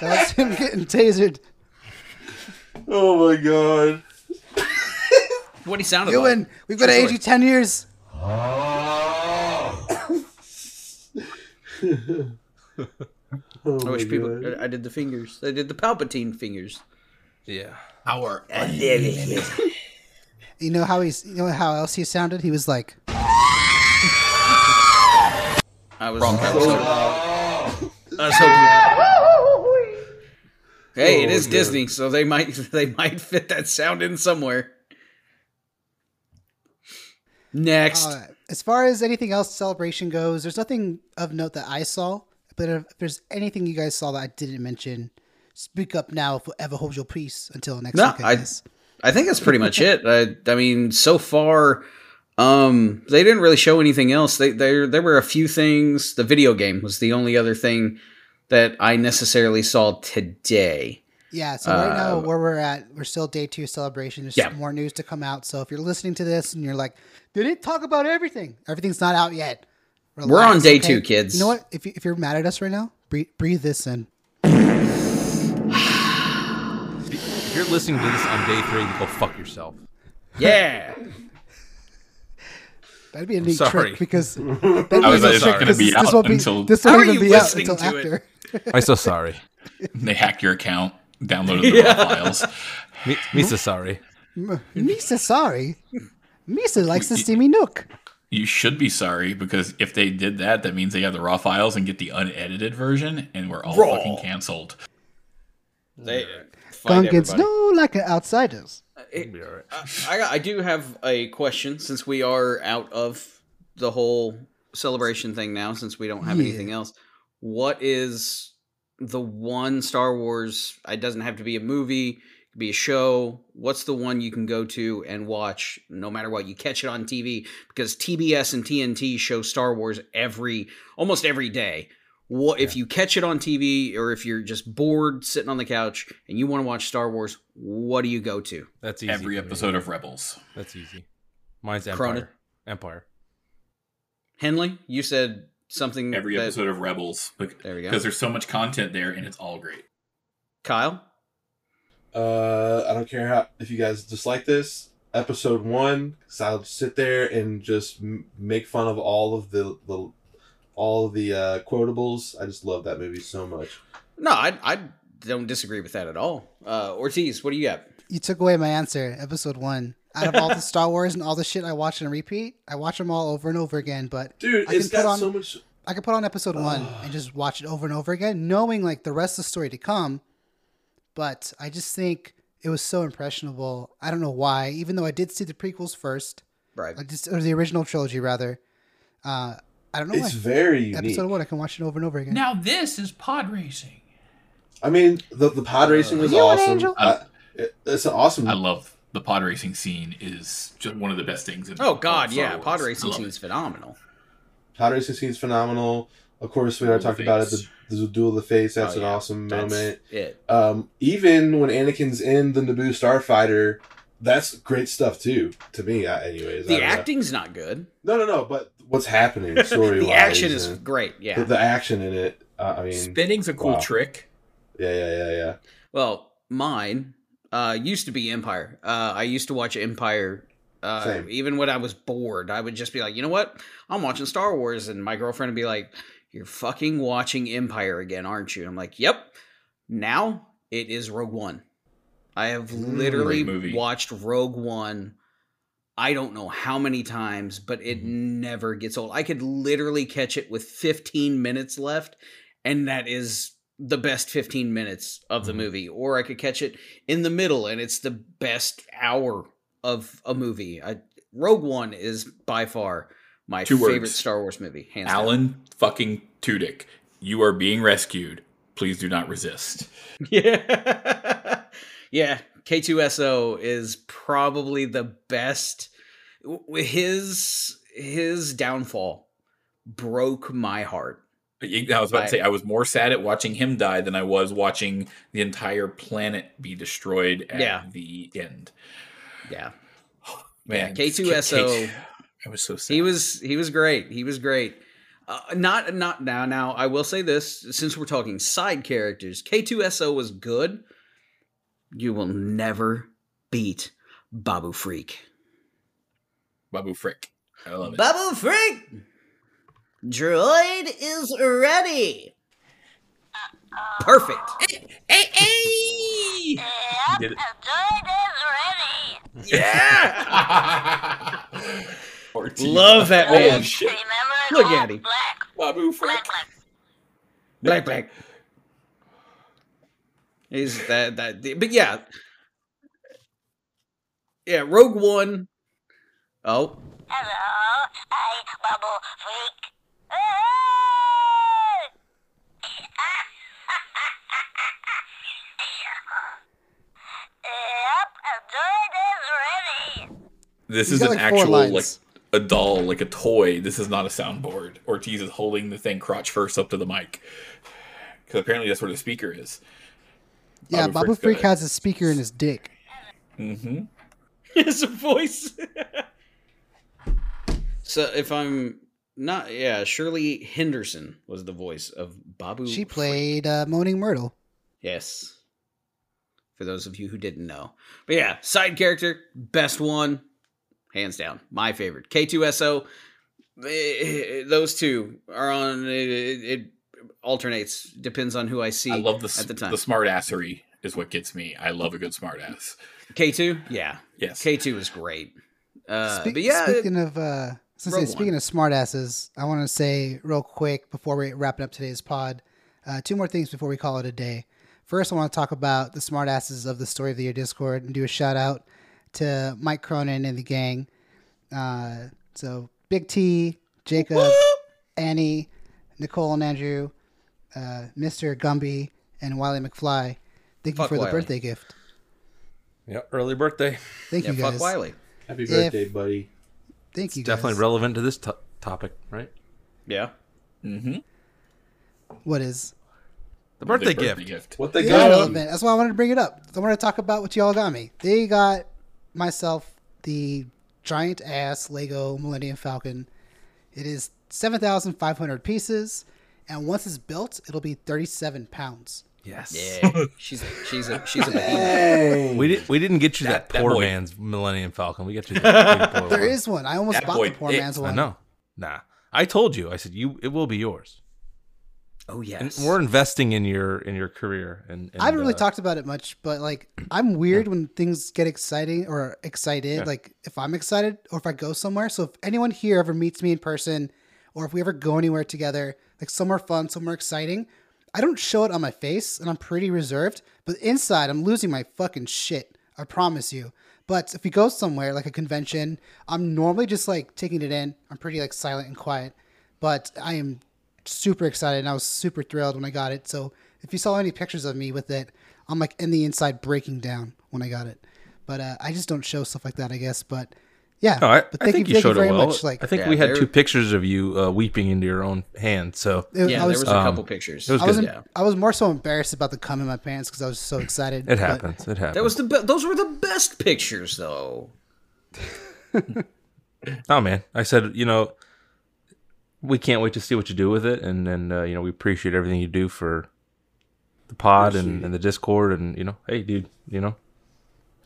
Speaker 2: That was him getting tasered.
Speaker 5: Oh my god.
Speaker 3: What he sounded like.
Speaker 2: Ewan, we've got to age you ten years.
Speaker 5: Oh
Speaker 3: I
Speaker 5: my
Speaker 3: wish people.
Speaker 5: God.
Speaker 3: I did the fingers. I did the Palpatine fingers.
Speaker 4: Yeah.
Speaker 1: Our
Speaker 2: You know how he's you know how else he sounded? He was like
Speaker 3: I was. I was hoping- I was hoping- Hey, it
Speaker 5: Oh,
Speaker 3: is
Speaker 5: God.
Speaker 3: Disney, so they might they might fit that sound in somewhere. Next,
Speaker 2: Uh, as far as anything else celebration goes, there's nothing of note that I saw. But if there's anything you guys saw that I didn't mention, speak up now. If ever hold your peace until next
Speaker 3: No,
Speaker 2: week. I,
Speaker 3: I-
Speaker 2: guess.
Speaker 3: I think that's pretty much it. I, I mean, so far, um, they didn't really show anything else. They there there were a few things. The video game was the only other thing that I necessarily saw today.
Speaker 2: Yeah. So right now
Speaker 3: uh,
Speaker 2: where we're at, we're still day two celebration. There's
Speaker 3: Yeah.
Speaker 2: more news to come out. So if you're listening to this and you're like, they didn't talk about everything. Everything's not out yet.
Speaker 3: We're on
Speaker 2: Relax,
Speaker 3: day two, kids.
Speaker 2: You know what? If, you, if you're mad at us right now, breathe, breathe this in.
Speaker 4: If you're listening to this on day three, you go fuck yourself.
Speaker 3: Yeah.
Speaker 2: That'd be a neat
Speaker 4: sorry.
Speaker 2: trick because that'd be a
Speaker 1: was-
Speaker 2: neat
Speaker 1: it's not gonna
Speaker 2: trick because
Speaker 1: be
Speaker 2: this
Speaker 1: out
Speaker 2: won't be-
Speaker 1: until-
Speaker 2: this
Speaker 3: How
Speaker 2: won't
Speaker 3: are
Speaker 2: even
Speaker 3: you
Speaker 2: be out
Speaker 3: listening
Speaker 2: until
Speaker 3: to it?
Speaker 2: after.
Speaker 4: I'm so sorry.
Speaker 1: they hack your account, downloaded the raw files.
Speaker 4: Mi- Misa, sorry.
Speaker 2: M- Misa, sorry. Misa likes the steamy nook.
Speaker 1: You should be sorry because if they did that, that means they got the raw files and get the unedited version, and we're all
Speaker 3: Raw.
Speaker 1: fucking canceled.
Speaker 3: They
Speaker 2: Gone
Speaker 3: find
Speaker 2: gets
Speaker 3: everybody.
Speaker 2: no like a outsiders.
Speaker 4: It'll be all right.
Speaker 3: I, I I do have a question since we are out of the whole celebration thing now, since we don't have
Speaker 2: Yeah.
Speaker 3: anything else. What is the one Star Wars? It doesn't have to be a movie, it could be a show. What's the one you can go to and watch no matter what? You catch it on TV because TBS and TNT show Star Wars every almost every day. What if you catch it on TV or if you're just bored sitting on the couch and you want to watch Star Wars? What do you go to?
Speaker 4: That's easy.
Speaker 1: Every
Speaker 4: for me.
Speaker 1: episode of Rebels.
Speaker 4: That's easy. Mine's Empire.
Speaker 3: Cronin.
Speaker 4: Empire.
Speaker 3: Henley, you said something.
Speaker 1: Every
Speaker 3: that-
Speaker 1: episode of Rebels because
Speaker 3: There we go.
Speaker 1: there's so much content there and it's all great.
Speaker 3: Kyle,
Speaker 5: Uh, I don't care how if you guys dislike this episode one, because I'll sit there and just m- make fun of all of the the all of the uh, quotables. I just love that movie so much.
Speaker 3: no, I I don't disagree with that at all. Uh, Ortiz, what do you got?
Speaker 2: You took away my answer, episode one. Out of all the Star Wars and all the shit I watch and repeat, I watch them all over and over again, but
Speaker 5: Dude,
Speaker 2: I
Speaker 5: it's
Speaker 2: can put
Speaker 5: got
Speaker 2: on-
Speaker 5: so much.
Speaker 2: I could put on episode one
Speaker 5: Ugh.
Speaker 2: and just watch it over and over again, knowing like the rest of the story to come. But I just think it was so impressionable. I don't know why, even though I did see the prequels first,
Speaker 3: Right.
Speaker 2: like just or the original trilogy rather. Uh, I don't know
Speaker 5: It's
Speaker 2: why.
Speaker 5: very unique.
Speaker 2: Episode one, I can watch it over and over again.
Speaker 1: Now this is pod racing.
Speaker 5: I mean, the the
Speaker 3: Uh,
Speaker 5: pod racing was
Speaker 2: You an
Speaker 5: awesome.
Speaker 2: angel?
Speaker 5: I- it- it's an awesome.
Speaker 1: I love the pod racing scene is just one of the best things. In
Speaker 3: Oh God,
Speaker 1: Star
Speaker 3: yeah,
Speaker 1: Wars.
Speaker 3: pod
Speaker 1: I
Speaker 3: racing
Speaker 1: love it.
Speaker 3: seems phenomenal.
Speaker 5: pod racing scene's phenomenal. Of course, we
Speaker 1: Duel
Speaker 5: already
Speaker 1: of
Speaker 5: talked
Speaker 1: the
Speaker 5: about it.
Speaker 1: Fates.
Speaker 5: The, the duel of the fates. That's
Speaker 3: Oh,
Speaker 5: an
Speaker 3: yeah.
Speaker 5: awesome
Speaker 3: That's
Speaker 5: moment.
Speaker 3: it.
Speaker 5: Um, even when Anakin's in the Naboo starfighter, that's great stuff too. To me, I, anyways.
Speaker 3: The
Speaker 5: I don't know.
Speaker 3: acting's not good.
Speaker 5: No, no, no. But what's happening story
Speaker 3: The action is great. Yeah.
Speaker 5: the, the action in it. Uh, I mean,
Speaker 1: Spinning's a cool
Speaker 5: Wow.
Speaker 1: trick.
Speaker 5: yeah, yeah, yeah, yeah.
Speaker 3: Well, mine uh, used to be Empire. Uh, I used to watch Empire. Uh,
Speaker 5: Same.
Speaker 3: Even when I was bored, I would just be like, you know what? I'm watching Star Wars, and my girlfriend would be like, "You're fucking watching Empire again, aren't you?" I'm like, "Yep." Now it is Rogue One. I have
Speaker 5: Mm.
Speaker 1: Great movie.
Speaker 3: literally watched Rogue One. I don't know how many times, but it
Speaker 1: Mm-hmm.
Speaker 3: never gets old. I could literally catch it with 15 minutes left, and that is the best 15 minutes of the
Speaker 1: Mm-hmm.
Speaker 4: Mhm.
Speaker 3: movie. Or I could catch it in the middle, and it's the best hour of a movie. I, Rogue One is by far my
Speaker 1: Two
Speaker 3: favorite
Speaker 1: words.
Speaker 3: Star Wars movie. Hands down.
Speaker 1: Alan fucking Tudyk, you are being rescued. Please do not resist.
Speaker 3: Yeah. yeah. K2SO is probably the best. w- His his downfall broke my heart.
Speaker 1: I I was about
Speaker 3: I-
Speaker 1: to say I was more sad at watching him die than I was watching the entire planet be destroyed at
Speaker 3: Yeah.
Speaker 1: the end.
Speaker 3: Yeah.
Speaker 1: Man,
Speaker 3: Yeah, K2SO.
Speaker 1: K- K- I was so sad.
Speaker 3: He was he was great. He was great. Uh, not not now now I will say this since we're talking side characters, K2SO was good. You will never beat Babu Freak.
Speaker 1: Babu Frick. I love it.
Speaker 3: Babu Freak. Droid is ready. Perfect.
Speaker 1: Did it.
Speaker 3: Yeah.
Speaker 1: Ortiz.
Speaker 3: Love that
Speaker 1: Holy
Speaker 3: man.
Speaker 1: shit,
Speaker 3: Look at him.
Speaker 1: Babu Frick.
Speaker 3: Black black. Is that that? But yeah, yeah. Rogue One. Oh,
Speaker 7: Hello, I Bubble Freak. yep, a droid is ready.
Speaker 1: This
Speaker 2: He's
Speaker 1: is
Speaker 2: got,
Speaker 1: an
Speaker 2: like, four
Speaker 1: actual like
Speaker 2: lines.
Speaker 1: a doll, like a toy. This is not a soundboard. Ortiz is holding the thing crotch first up to the mic because apparently that's where the speaker is.
Speaker 2: yeah,
Speaker 1: Babu
Speaker 2: Babu
Speaker 1: Freak's
Speaker 2: Freak
Speaker 1: got it.
Speaker 2: has a speaker in his dick.
Speaker 1: Mm-hmm.
Speaker 3: his voice. so if I'm not, yeah, Shirley Henderson was the voice of Babu.
Speaker 2: She played uh, Moaning Myrtle.
Speaker 3: Yes. For those of you who didn't know. But yeah, side character, best one, hands down. My favorite. K2SO, eh, those two are on, it, it alternates, depends on who I see
Speaker 1: I love the
Speaker 3: at the time.
Speaker 1: the smart assery is what gets me. I love a good smartass.
Speaker 3: K two, yeah,
Speaker 1: Yes.
Speaker 3: K two is great. Uh,
Speaker 2: Speak-
Speaker 3: but yeah, it-
Speaker 2: speaking of uh, since
Speaker 3: Rogue
Speaker 2: speaking
Speaker 3: One.
Speaker 2: of smartasses, I want to say real quick before we wrap up today's pod, uh, two more things before we call it a day. First, I want to talk about the smartasses of the Story of the Year Discord and do a shout out to Mike Cronin and the gang. Uh, so Big T, Jacob, Annie, Nicole and Andrew, uh, Mr. Gumby, and Wiley McFly. Thank you
Speaker 3: Fuck
Speaker 2: for
Speaker 3: Wiley.
Speaker 2: the birthday gift.
Speaker 4: Yeah, early birthday.
Speaker 2: Thank
Speaker 3: yeah,
Speaker 2: you
Speaker 3: fuck
Speaker 2: guys.
Speaker 3: Wiley.
Speaker 5: Happy
Speaker 2: If-
Speaker 5: birthday, buddy.
Speaker 2: Thank
Speaker 4: It's
Speaker 2: you.
Speaker 4: definitely
Speaker 2: guys.
Speaker 4: relevant to this to- topic, right?
Speaker 3: Yeah,
Speaker 1: Mm-hmm.
Speaker 2: What is?
Speaker 4: The birthday, gift.
Speaker 5: What they
Speaker 2: Yeah,
Speaker 5: got? him?
Speaker 2: relevant. That's why I wanted to bring it up. I wanted to talk about what y'all got me. They got myself the giant ass Lego Millennium Falcon. It is 7,500 pieces, and once it's built, it'll be 37 pounds.
Speaker 4: Yes.
Speaker 3: yeah. she's a, she's a she's a behemoth.
Speaker 5: Dang.
Speaker 4: We did. We didn't get you that,
Speaker 1: that
Speaker 4: poor
Speaker 1: boy.
Speaker 4: man's Millennium Falcon. We got you that big boy
Speaker 2: There
Speaker 4: one.
Speaker 2: is one. I almost
Speaker 1: That
Speaker 2: bought
Speaker 1: boy
Speaker 2: the poor
Speaker 1: dicks,
Speaker 2: man's
Speaker 4: I
Speaker 2: one.
Speaker 4: know. Nah. I told you. I said you. It will be yours.
Speaker 3: Oh
Speaker 4: And
Speaker 3: yes,
Speaker 4: we're investing in your in your career. And, and
Speaker 2: I haven't really
Speaker 4: uh,
Speaker 2: talked about it much, but like I'm weird when things get exciting or excited.
Speaker 4: Yeah.
Speaker 2: Like if I'm excited or if I go somewhere. So if anyone here ever meets me in person or if we ever go anywhere together, like somewhere fun, somewhere exciting, I don't show it on my face and I'm pretty reserved, but inside I'm losing my fucking shit. I promise you. But if we go somewhere like a convention, I'm normally just like taking it in. I'm pretty like silent and quiet, but I am super excited and I was super thrilled when I got it. So if you saw any pictures of me with it, I'm like in the inside breaking down when I got it. But uh, I just don't show stuff like that, I guess. But yeah,
Speaker 4: No, I,
Speaker 2: but
Speaker 4: I think you showed it well.
Speaker 2: Like
Speaker 4: I think
Speaker 3: Yeah,
Speaker 4: we had
Speaker 3: there-
Speaker 4: two pictures of you uh, weeping into your own hand. So
Speaker 2: it-
Speaker 3: yeah,
Speaker 2: I
Speaker 3: there
Speaker 2: was,
Speaker 3: was a
Speaker 4: um,
Speaker 3: couple pictures.
Speaker 4: it was
Speaker 2: I was,
Speaker 4: good.
Speaker 2: em-
Speaker 3: yeah.
Speaker 2: I was more so embarrassed about the cum in my pants because I was so excited. but-
Speaker 4: it happens. It happens.
Speaker 3: That was the be- those were the best pictures though.
Speaker 4: Oh man, I said, you know, we can't wait to see what you do with it, and and uh, you know, we appreciate everything you do for the pod and, and the Discord, and you know, hey, dude, you know,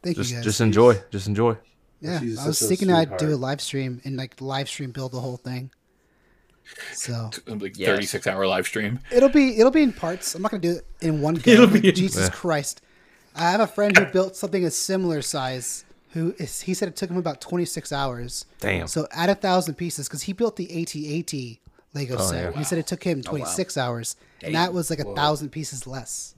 Speaker 2: Thank
Speaker 4: just
Speaker 2: you guys.
Speaker 4: just enjoy, just enjoy.
Speaker 2: yeah,
Speaker 5: She's
Speaker 2: I was
Speaker 5: such a
Speaker 2: thinking I'd do a
Speaker 5: sweetheart.
Speaker 2: live stream and like live stream build the whole thing. So
Speaker 1: Like
Speaker 3: Yes.
Speaker 1: 36 hour live stream.
Speaker 2: It'll be it'll be in parts. I'm not gonna do it in one go. Jesus Christ! I have a friend who built something a similar size. Who is he said it took him about 26 hours.
Speaker 4: Damn.
Speaker 2: So add a thousand pieces because he built the AT-AT Lego set.
Speaker 4: yeah.
Speaker 2: He said it took him
Speaker 5: Oh,
Speaker 2: 26 hours, and that was like a thousand pieces less.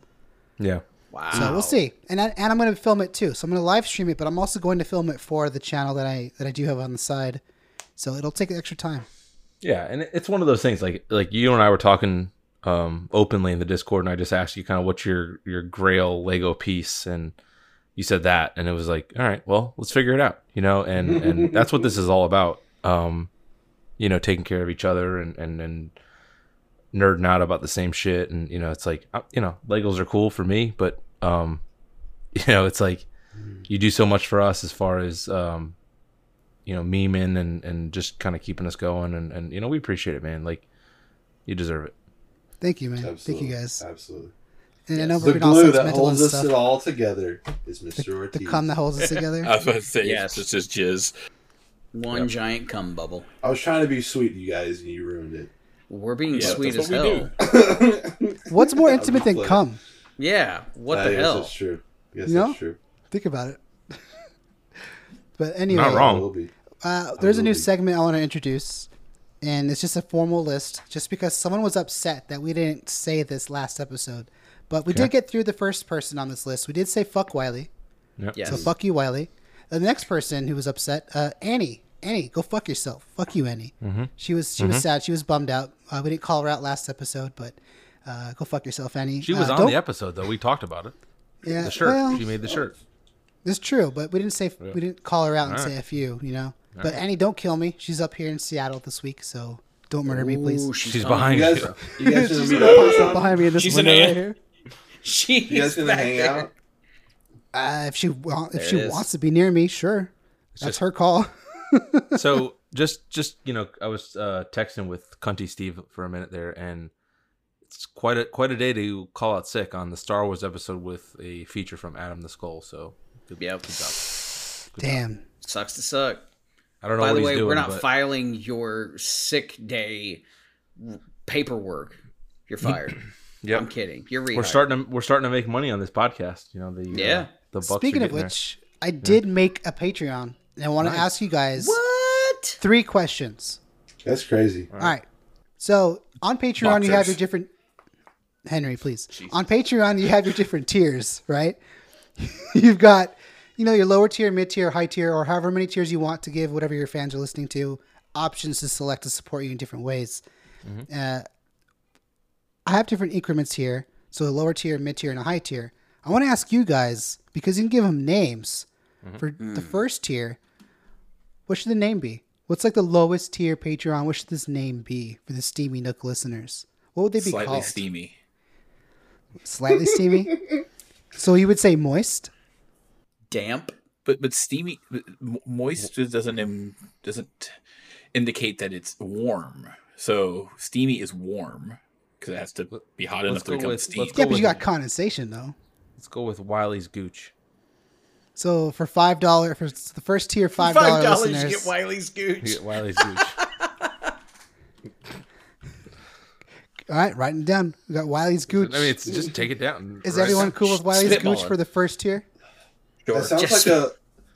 Speaker 4: Yeah,
Speaker 3: Wow.
Speaker 2: So we'll see. And I, and I'm going to film it too. So I'm going to live stream it, but I'm also going to film it for the channel that I that I do have on the side. So it'll take extra time.
Speaker 4: yeah, and it- it's one of those things like like you and I were talking um openly in the Discord, and I just asked you kind of what's your your Grail Lego piece, and you said that, and it was like, all right, well, let's figure it out, you know, and and that's what this is all about. Um, you know, taking care of each other and and and nerding out about the same shit, and you know, it's like uh, you know, Legos are cool for me, but um, you know, it's like you do so much for us as far as um, you know, memeing and and just kind of keeping us going, and and you know, we appreciate it, man. Like, you deserve it.
Speaker 2: Thank you, man.
Speaker 5: Absolutely.
Speaker 2: Thank you guys.
Speaker 5: Absolutely.
Speaker 2: And I know we're
Speaker 5: The
Speaker 2: getting all
Speaker 5: glue that
Speaker 2: sentimental and
Speaker 5: holds us
Speaker 2: stuff.
Speaker 5: it all together is Mr.
Speaker 2: The
Speaker 5: Ortiz.
Speaker 2: cum that holds us together.
Speaker 1: I was about to say,
Speaker 3: Yes.
Speaker 1: it's just jizz.
Speaker 3: One giant cum bubble.
Speaker 5: I was trying to be sweet to you guys, and you ruined it.
Speaker 3: We're being
Speaker 1: Yeah,
Speaker 3: sweet as
Speaker 1: that's what
Speaker 3: hell.
Speaker 1: we
Speaker 2: What's more intimate than
Speaker 5: Play.
Speaker 2: cum?
Speaker 3: Yeah. What
Speaker 5: I
Speaker 3: the
Speaker 5: guess
Speaker 3: hell?
Speaker 5: That's true. I guess
Speaker 2: You know?
Speaker 5: that's true.
Speaker 2: Think about it. but anyway,
Speaker 4: Not wrong.
Speaker 5: It will be.
Speaker 2: Uh, there's a new
Speaker 5: Absolutely.
Speaker 2: segment I want to introduce, and it's just a formal list, just because someone was upset that we didn't say this last episode. But we did get through the first person on this list. We did say fuck Wiley,
Speaker 3: Yes.
Speaker 2: so fuck you, Wiley. The next person who was upset, uh, Annie. Annie, go fuck yourself. Fuck you, Annie.
Speaker 4: Mm-hmm.
Speaker 2: She was she was sad. She was bummed out. Uh, we didn't call her out last episode, but uh, go fuck yourself, Annie.
Speaker 4: She was
Speaker 2: uh,
Speaker 4: on
Speaker 2: don't-
Speaker 4: the episode though. We talked about it.
Speaker 2: Yeah,
Speaker 4: The shirt.
Speaker 2: well-
Speaker 4: she made the shirt.
Speaker 2: It's true, but we didn't say we didn't call her out and say "f you," you know. but Annie, don't kill me. She's up here in Seattle this week, so don't murder me, please.
Speaker 3: Ooh,
Speaker 4: She's
Speaker 3: on-
Speaker 5: You
Speaker 4: behind
Speaker 5: guys,
Speaker 4: you.
Speaker 5: you guys gonna meet up?
Speaker 2: Sit
Speaker 5: sometime?
Speaker 2: behind me in this
Speaker 6: She's
Speaker 2: window
Speaker 6: an
Speaker 2: right
Speaker 6: ant.
Speaker 2: here.
Speaker 3: She's
Speaker 5: You guys gonna
Speaker 3: back
Speaker 5: hang
Speaker 3: there.
Speaker 5: out?
Speaker 2: Uh, if she wa- if
Speaker 3: There
Speaker 2: she
Speaker 3: it is.
Speaker 2: wants to be near me, sure. That's her call.
Speaker 4: so just just you know i was uh texting with cunty steve for a minute there and it's quite a quite a day to call out sick on the star wars episode with a feature from adam the skull so good,
Speaker 3: Yep.
Speaker 4: good job
Speaker 2: Damn.
Speaker 3: Sucks to suck.
Speaker 4: i don't know
Speaker 3: By
Speaker 4: what
Speaker 3: the
Speaker 4: he's
Speaker 3: way,
Speaker 4: doing
Speaker 3: we're not
Speaker 4: but
Speaker 3: filing your sick day paperwork. You're fired.
Speaker 4: Yep.
Speaker 3: I'm kidding. You're rehired.
Speaker 4: We're starting to we're starting to make money on this podcast. You know the uh,
Speaker 3: Yeah.
Speaker 4: the bucks. are
Speaker 2: Speaking of
Speaker 4: getting there.
Speaker 2: which, I did make a Patreon, and I want to ask you guys
Speaker 3: What?
Speaker 2: three questions.
Speaker 5: That's crazy.
Speaker 2: All right. So on Patreon, you have
Speaker 3: Boxers.
Speaker 2: your different. Henry, please. On Patreon, you have your different tiers, right? You've got, you know, your lower tier, mid tier, high tier, or however many tiers you want to give whatever your fans are listening to options to select to support you in different ways.
Speaker 1: Mm-hmm.
Speaker 2: Uh, I have different increments here, so a lower tier, mid tier, and a high tier. I want to ask you guys because you can give them names
Speaker 1: Mm-hmm.
Speaker 2: for the first tier. What should the name be? What's like the lowest tier Patreon? What should this name be for the Steamy Nook listeners? What would they be
Speaker 1: Slightly
Speaker 2: called?
Speaker 1: steamy.
Speaker 2: Slightly steamy. so you would say moist.
Speaker 3: Damp.
Speaker 1: But but steamy but m- moist just doesn't im, doesn't indicate that it's warm. So steamy is warm because it has to be hot enough to
Speaker 4: go
Speaker 1: become
Speaker 4: with-
Speaker 1: steam.
Speaker 4: let's go
Speaker 2: Yeah, but
Speaker 4: with
Speaker 2: you got condensation though.
Speaker 4: Let's go with Wiley's Gooch.
Speaker 2: So for five dollar for s- the first tier five dollar
Speaker 3: you
Speaker 2: listeners,
Speaker 3: get Wiley's Gooch.
Speaker 4: You get Wiley's Gooch.
Speaker 2: all right, writing it down. We got Wiley's
Speaker 4: I
Speaker 2: Gooch.
Speaker 4: mean, it's just take it down.
Speaker 2: Is
Speaker 4: Right.
Speaker 2: everyone cool with Wiley's Gooch
Speaker 1: spitballing.
Speaker 2: for the first tier?
Speaker 5: That sounds
Speaker 3: Just-
Speaker 5: like a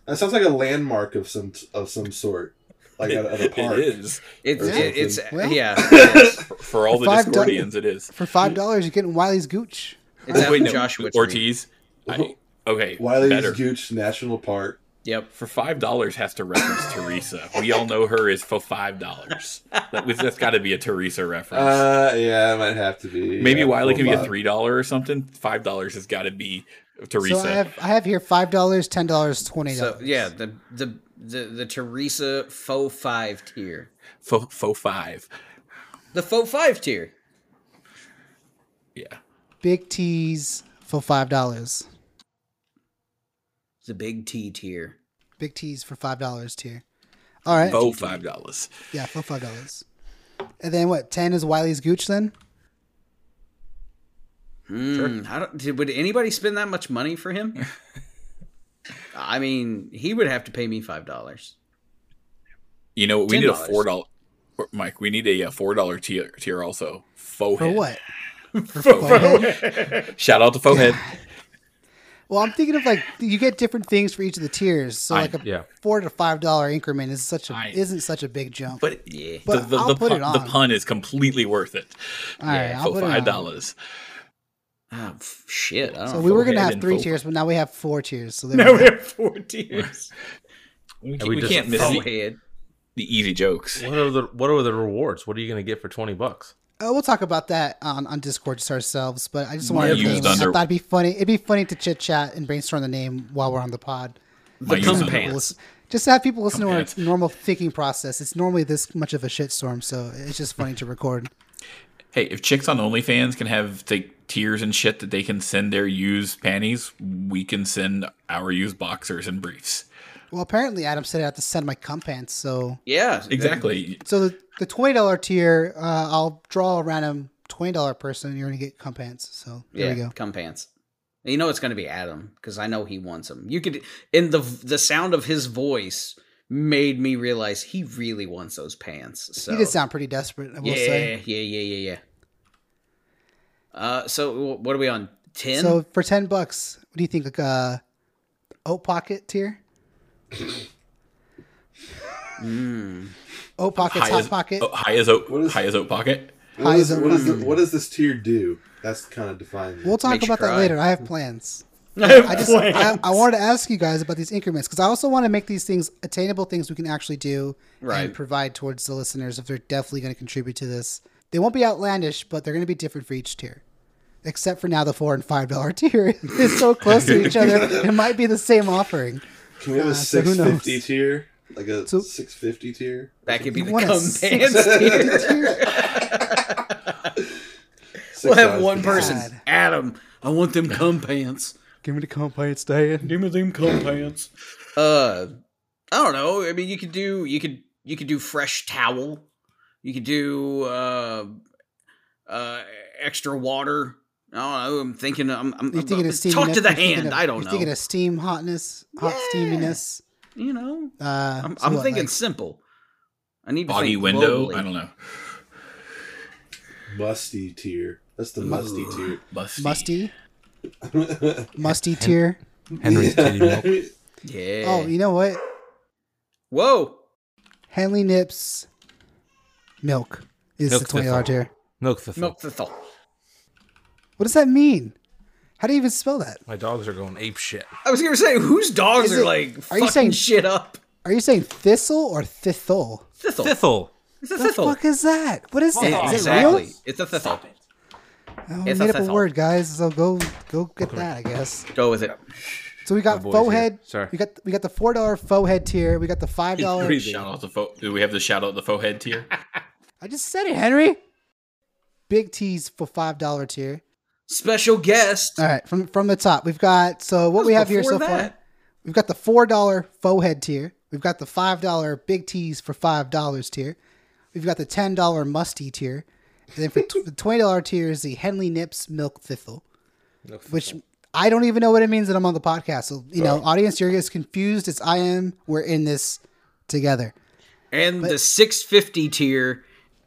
Speaker 5: that sounds like a landmark of some of some sort, like at, at a park.
Speaker 1: It is
Speaker 3: It's
Speaker 5: Yeah.
Speaker 3: it, it's
Speaker 2: Well-
Speaker 3: yeah. It's,
Speaker 1: for, for all the
Speaker 2: Five dollars.
Speaker 1: Discordians. It is.
Speaker 2: For five dollars, you're getting Wiley's Gooch.
Speaker 3: it's
Speaker 1: Wait,
Speaker 3: after
Speaker 1: no,
Speaker 3: Josh Wichman.
Speaker 1: Ortiz. I, okay,
Speaker 5: Wiley's
Speaker 1: better.
Speaker 5: Gooch National Park.
Speaker 3: Yep.
Speaker 1: for five dollars has to reference Teresa. We all know her is for five dollars. That, was- that's got to be a Teresa reference.
Speaker 5: Uh, yeah, it might have to be.
Speaker 1: Maybe
Speaker 5: yeah,
Speaker 1: Wiley
Speaker 5: four
Speaker 1: can be
Speaker 5: or
Speaker 1: a
Speaker 2: uh,
Speaker 5: five.
Speaker 1: three dollar or something. Five dollars has got to be Teresa.
Speaker 2: So I have I have here five dollars, ten dollars, twenty
Speaker 3: So
Speaker 2: dollars.
Speaker 3: yeah, the the the the Teresa faux five tier,
Speaker 1: faux, faux five.
Speaker 3: the faux five tier.
Speaker 1: Yeah,
Speaker 2: Big T's for five dollars.
Speaker 3: The big T tier.
Speaker 2: Big T's for five dollars tier. All right.
Speaker 1: faux five dollars.
Speaker 2: Yeah, for five dollars. And then what? Ten is Wiley's Gooch. Then
Speaker 3: Mm, I don't, did, would anybody spend that much money for him? I mean, he would have to pay me five dollars.
Speaker 1: You know what? We need a
Speaker 3: $10.
Speaker 1: four dollar. Mike, we need a, uh four dollar tier tier also. Faux
Speaker 2: for
Speaker 1: head.
Speaker 2: what? For fun.
Speaker 1: Shout out to faux head.
Speaker 2: Well, I'm thinking of like you get different things for each of the tiers. So
Speaker 1: I-
Speaker 2: like a
Speaker 4: yeah.
Speaker 2: four to five dollar increment is such a
Speaker 1: I-
Speaker 2: isn't such a big jump.
Speaker 1: But
Speaker 3: Yeah.
Speaker 1: the,
Speaker 2: But
Speaker 1: the,
Speaker 2: I'll
Speaker 1: the,
Speaker 2: put
Speaker 1: pun,
Speaker 2: it on.
Speaker 1: the pun is completely worth it.
Speaker 2: All right, I'll
Speaker 1: faux
Speaker 2: put it
Speaker 1: five
Speaker 2: on.
Speaker 1: dollars.
Speaker 3: Ah, f- shit. I don't
Speaker 2: So
Speaker 3: know.
Speaker 2: we were gonna
Speaker 1: Forehead
Speaker 2: have
Speaker 1: and
Speaker 2: three
Speaker 1: fo-
Speaker 2: tiers, but now we have four tiers. So there
Speaker 3: now
Speaker 2: we
Speaker 3: we
Speaker 2: go.
Speaker 3: have four tiers.
Speaker 1: We,
Speaker 4: we
Speaker 1: we
Speaker 4: just-
Speaker 1: can't miss
Speaker 3: Faux
Speaker 1: the,
Speaker 3: head.
Speaker 1: the easy jokes.
Speaker 4: What are the What are the rewards? What are you going to get for twenty bucks?
Speaker 2: Uh, we'll talk about that on, on Discord just ourselves, but I just wanted to
Speaker 1: Used
Speaker 2: name it. I
Speaker 1: under-
Speaker 2: thought it'd be funny. It'd be funny to chit chat and brainstorm the name while we're on the pod.
Speaker 1: My
Speaker 3: cum
Speaker 1: user-
Speaker 3: pants.
Speaker 2: Listen- Just to have people listen to our
Speaker 1: Compared.
Speaker 2: normal thinking process. It's normally this much of a shitstorm, so it's just funny to record.
Speaker 1: Hey, if chicks on OnlyFans can have like tiers and shit that they can send their used panties, we can send our used boxers and briefs.
Speaker 2: Well, apparently Adam said I have to send my cum pants, so
Speaker 3: Yeah.
Speaker 1: Exactly.
Speaker 2: so the, the twenty dollar tier, uh, I'll draw a random twenty dollar person, and you're gonna get cum pants. So there
Speaker 3: yeah.
Speaker 2: we go.
Speaker 3: Cum pants. You know it's going to be Adam because I know he wants them. You could, and the the sound of his voice made me realize he really wants those pants. So
Speaker 2: He did sound pretty desperate, I will
Speaker 3: yeah,
Speaker 2: say.
Speaker 3: yeah, yeah, yeah, yeah. Uh, so wh- what are we on? Ten.
Speaker 2: So for ten bucks, what do you think? Like a oat pocket tier?
Speaker 3: Hmm.
Speaker 2: Oat pocket's
Speaker 1: High
Speaker 2: hot
Speaker 1: as,
Speaker 2: pocket.
Speaker 1: oh, high as oat,
Speaker 5: What is-
Speaker 1: high as oat pocket.
Speaker 5: What, is,
Speaker 2: Heiser-
Speaker 5: what, is the, what does this tier do? That's kind of defined.
Speaker 2: We'll talk
Speaker 3: Makes you
Speaker 2: about that
Speaker 3: cry.
Speaker 2: later. I have plans.
Speaker 3: I
Speaker 2: I just I, I wanted to ask you guys about these increments because I also want to make these things attainable things we can actually do
Speaker 3: Right.
Speaker 2: and provide towards the listeners if they're definitely going to contribute to this. They won't be outlandish, but they're going to be different for each tier. Except for now, the four and five dollar tier is so close to each other, it might be the same offering.
Speaker 5: Can we have a
Speaker 2: so who
Speaker 5: six
Speaker 2: knows?
Speaker 5: fifty tier? Like a
Speaker 2: So-
Speaker 5: six fifty tier?
Speaker 3: that could be
Speaker 2: You
Speaker 3: the
Speaker 2: want a
Speaker 3: cum pants.
Speaker 2: 60 tier?
Speaker 3: We'll have
Speaker 5: 6,000.
Speaker 3: one person.
Speaker 2: God.
Speaker 3: Adam, I want them cum pants.
Speaker 2: Give me the complaint, Stan.
Speaker 6: Give me them cum pants.
Speaker 3: Uh, I don't know. I mean, you could do you could you could do fresh towel. You could do uh, uh, extra water. I don't know. I'm thinking. I'm. I'm
Speaker 2: You're thinking
Speaker 3: I'm-
Speaker 2: of steam.
Speaker 3: talk
Speaker 2: hotness,
Speaker 3: to the
Speaker 2: you're thinking
Speaker 3: hand.
Speaker 2: of-
Speaker 3: I don't
Speaker 2: you're
Speaker 3: know.
Speaker 2: Thinking of steam hotness, hot
Speaker 3: Yeah.
Speaker 2: steaminess.
Speaker 3: you know,
Speaker 2: Uh,
Speaker 3: I'm,
Speaker 2: so
Speaker 3: I'm
Speaker 2: what,
Speaker 3: thinking
Speaker 2: like-
Speaker 3: simple. I need to
Speaker 1: Foggy
Speaker 3: think
Speaker 1: window.
Speaker 3: globally.
Speaker 1: I don't know.
Speaker 5: musty tier. That's the musty tier.
Speaker 1: Musty.
Speaker 2: Musty, musty tier.
Speaker 4: Henry's titty milk.
Speaker 3: Yeah.
Speaker 2: Oh, you know what?
Speaker 3: Whoa.
Speaker 2: Henley Nips milk is
Speaker 4: Milk
Speaker 2: the twenty dollar
Speaker 4: Thistle.
Speaker 2: tier.
Speaker 4: Milk the
Speaker 3: Milk the thought.
Speaker 2: What does that mean? How do you even spell that?
Speaker 4: My dogs are going ape shit.
Speaker 3: I was gonna say whose dogs
Speaker 2: Is
Speaker 3: are
Speaker 2: it-
Speaker 3: like
Speaker 2: are you
Speaker 3: fucking
Speaker 2: saying-
Speaker 3: shit up.
Speaker 2: Are you saying thistle or thistle?
Speaker 3: Thistle.
Speaker 4: Thistle.
Speaker 3: It's a
Speaker 2: What the
Speaker 3: thistle.
Speaker 2: fuck is that? What is it? Is it
Speaker 3: Exactly.
Speaker 2: real?
Speaker 3: It's a thistle.
Speaker 2: Oh, I
Speaker 3: It's a
Speaker 2: made up a
Speaker 3: thistle.
Speaker 2: word, guys. So go go get that, I guess.
Speaker 3: Go with it.
Speaker 2: So we got
Speaker 4: boy's
Speaker 2: faux
Speaker 4: here.
Speaker 2: head.
Speaker 4: Sorry.
Speaker 2: We got we got the four dollar faux head tier. We got the five dollar.
Speaker 4: Breathing.
Speaker 1: Shout out the fo- Do we have the shout out the faux head tier?
Speaker 2: I just said it, Henry. Big T's for five dollar tier.
Speaker 3: Special guest.
Speaker 2: All right, from from the top, we've got so what
Speaker 3: That
Speaker 2: we
Speaker 3: was
Speaker 2: have here
Speaker 3: before
Speaker 2: so far.
Speaker 3: that.
Speaker 2: We've got the four dollar faux head tier. We've got the five dollar big T's for five dollars tier. We've got the ten dollar musty tier, and then for t- the twenty dollar tier is the Henley Nips Milk Thistle, which I don't even know what it means that I'm on the podcast. So you know, audience, you're as confused as I am. We're in this together.
Speaker 3: And the 650 tier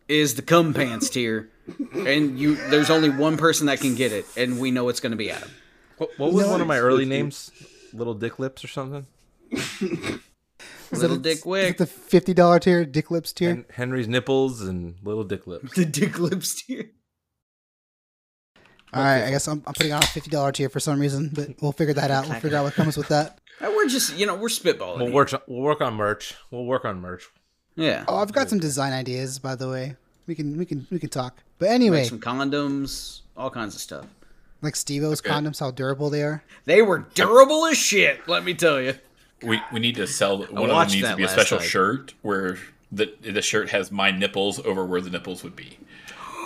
Speaker 3: is the cum pants tier. And you there's only one person that can get it, and we know it's gonna be Adam.
Speaker 4: What, what was one of my early names? Little Dick Lips or something?
Speaker 2: Is
Speaker 3: Little
Speaker 2: it-
Speaker 3: Dick
Speaker 2: is it
Speaker 3: Wick.
Speaker 2: the fifty dollar tier, Dick Lips tier.
Speaker 4: Hen- Henry's nipples and Little Dick Lips.
Speaker 3: The dick lips tier.
Speaker 2: All right, I guess I'm, I'm putting on a fifty dollar tier for some reason, but we'll figure that out. We'll figure out what comes with that.
Speaker 3: Uh, We're just you know, we're spitballing.
Speaker 4: We'll
Speaker 3: here.
Speaker 4: work. We'll work on merch. We'll work on merch.
Speaker 3: yeah.
Speaker 2: Oh, I've got some design ideas, by the way. We can we can we can talk. But
Speaker 3: Make
Speaker 2: anyway,
Speaker 3: some condoms, all kinds of stuff.
Speaker 2: like Stevo's condoms, how durable they are.
Speaker 3: They were durable as shit, let me tell you.
Speaker 1: We we need to sell. One of them needs
Speaker 3: watched that
Speaker 1: to be a
Speaker 3: last
Speaker 1: special
Speaker 3: night.
Speaker 1: shirt where the the shirt has my nipples over where the nipples would be.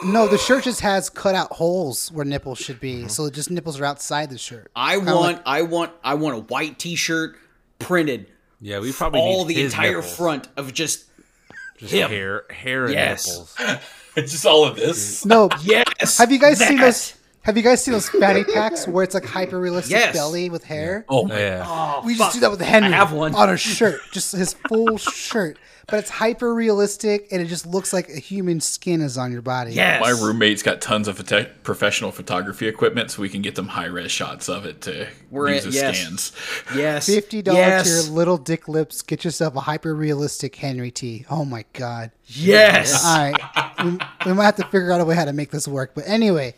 Speaker 2: No, the shirt just has cut out holes where nipples should
Speaker 3: Mm-hmm.
Speaker 2: be, so just nipples are outside the shirt.
Speaker 3: I
Speaker 2: Kinda
Speaker 3: want I want I want a white t-shirt printed
Speaker 4: Yeah, we probably
Speaker 3: all
Speaker 4: need
Speaker 3: the
Speaker 4: his
Speaker 3: entire
Speaker 4: nipples.
Speaker 3: front of just
Speaker 4: just
Speaker 3: him.
Speaker 4: hair, hair and
Speaker 3: Yes.
Speaker 4: nipples.
Speaker 1: It's just all of this.
Speaker 2: No,
Speaker 3: Yes.
Speaker 2: have you guys seen
Speaker 3: that.
Speaker 2: those? Have you guys seen those fatty packs where it's like hyper realistic
Speaker 3: Yes.
Speaker 2: belly with hair?
Speaker 1: Oh my
Speaker 4: Yeah,
Speaker 2: we just do that with Henry
Speaker 3: I have one.
Speaker 2: on a shirt, just his full shirt, but it's hyper realistic and it just looks like a human skin is on your body.
Speaker 3: Yes.
Speaker 1: My roommate's got tons of photo- professional photography equipment, so we can get them high res shots of it to
Speaker 3: We're
Speaker 1: use
Speaker 3: in-
Speaker 1: as
Speaker 3: yes.
Speaker 1: scans.
Speaker 3: Yes.
Speaker 2: Fifty dollar
Speaker 3: yes.
Speaker 2: tier, little dick lips. Get yourself a hyper realistic Henry T. Oh my god!
Speaker 3: Yes.
Speaker 2: All right, we, we might have to figure out a way how to make this work. But anyway,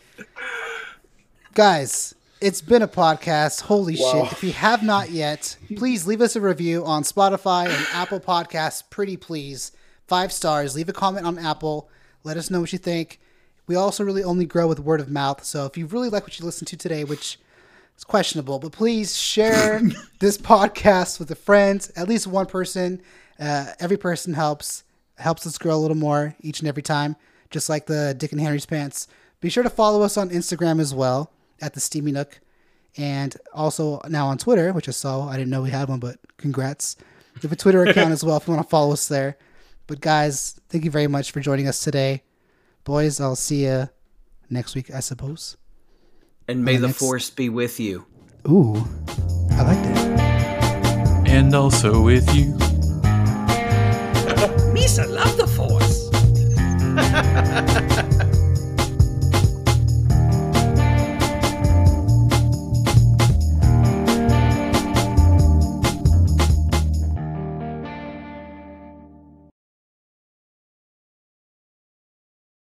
Speaker 2: guys, it's been a podcast. Holy shit! If you have not yet, please leave us a review on Spotify and Apple Podcasts. Pretty please, five stars. Leave a comment on Apple. Let us know what you think. We also really only grow with word of mouth. So if you really like what you listened to today, which it's questionable, but please share this podcast with a friend, at least one person. Uh, every person helps helps us grow a little more each and every time, just like the Dick and Henry's pants. Be sure to follow us on Instagram as well at the Steamy Nook, and also now on Twitter, which I saw. I didn't know we had one, but congrats. We have a Twitter account as well if you want to follow us there. But guys, thank you very much for joining us today, boys. I'll see you next week, I suppose.
Speaker 3: And may the
Speaker 2: next-
Speaker 3: force be with you.
Speaker 2: Ooh, I like that.
Speaker 1: And also with you.
Speaker 3: Misa, love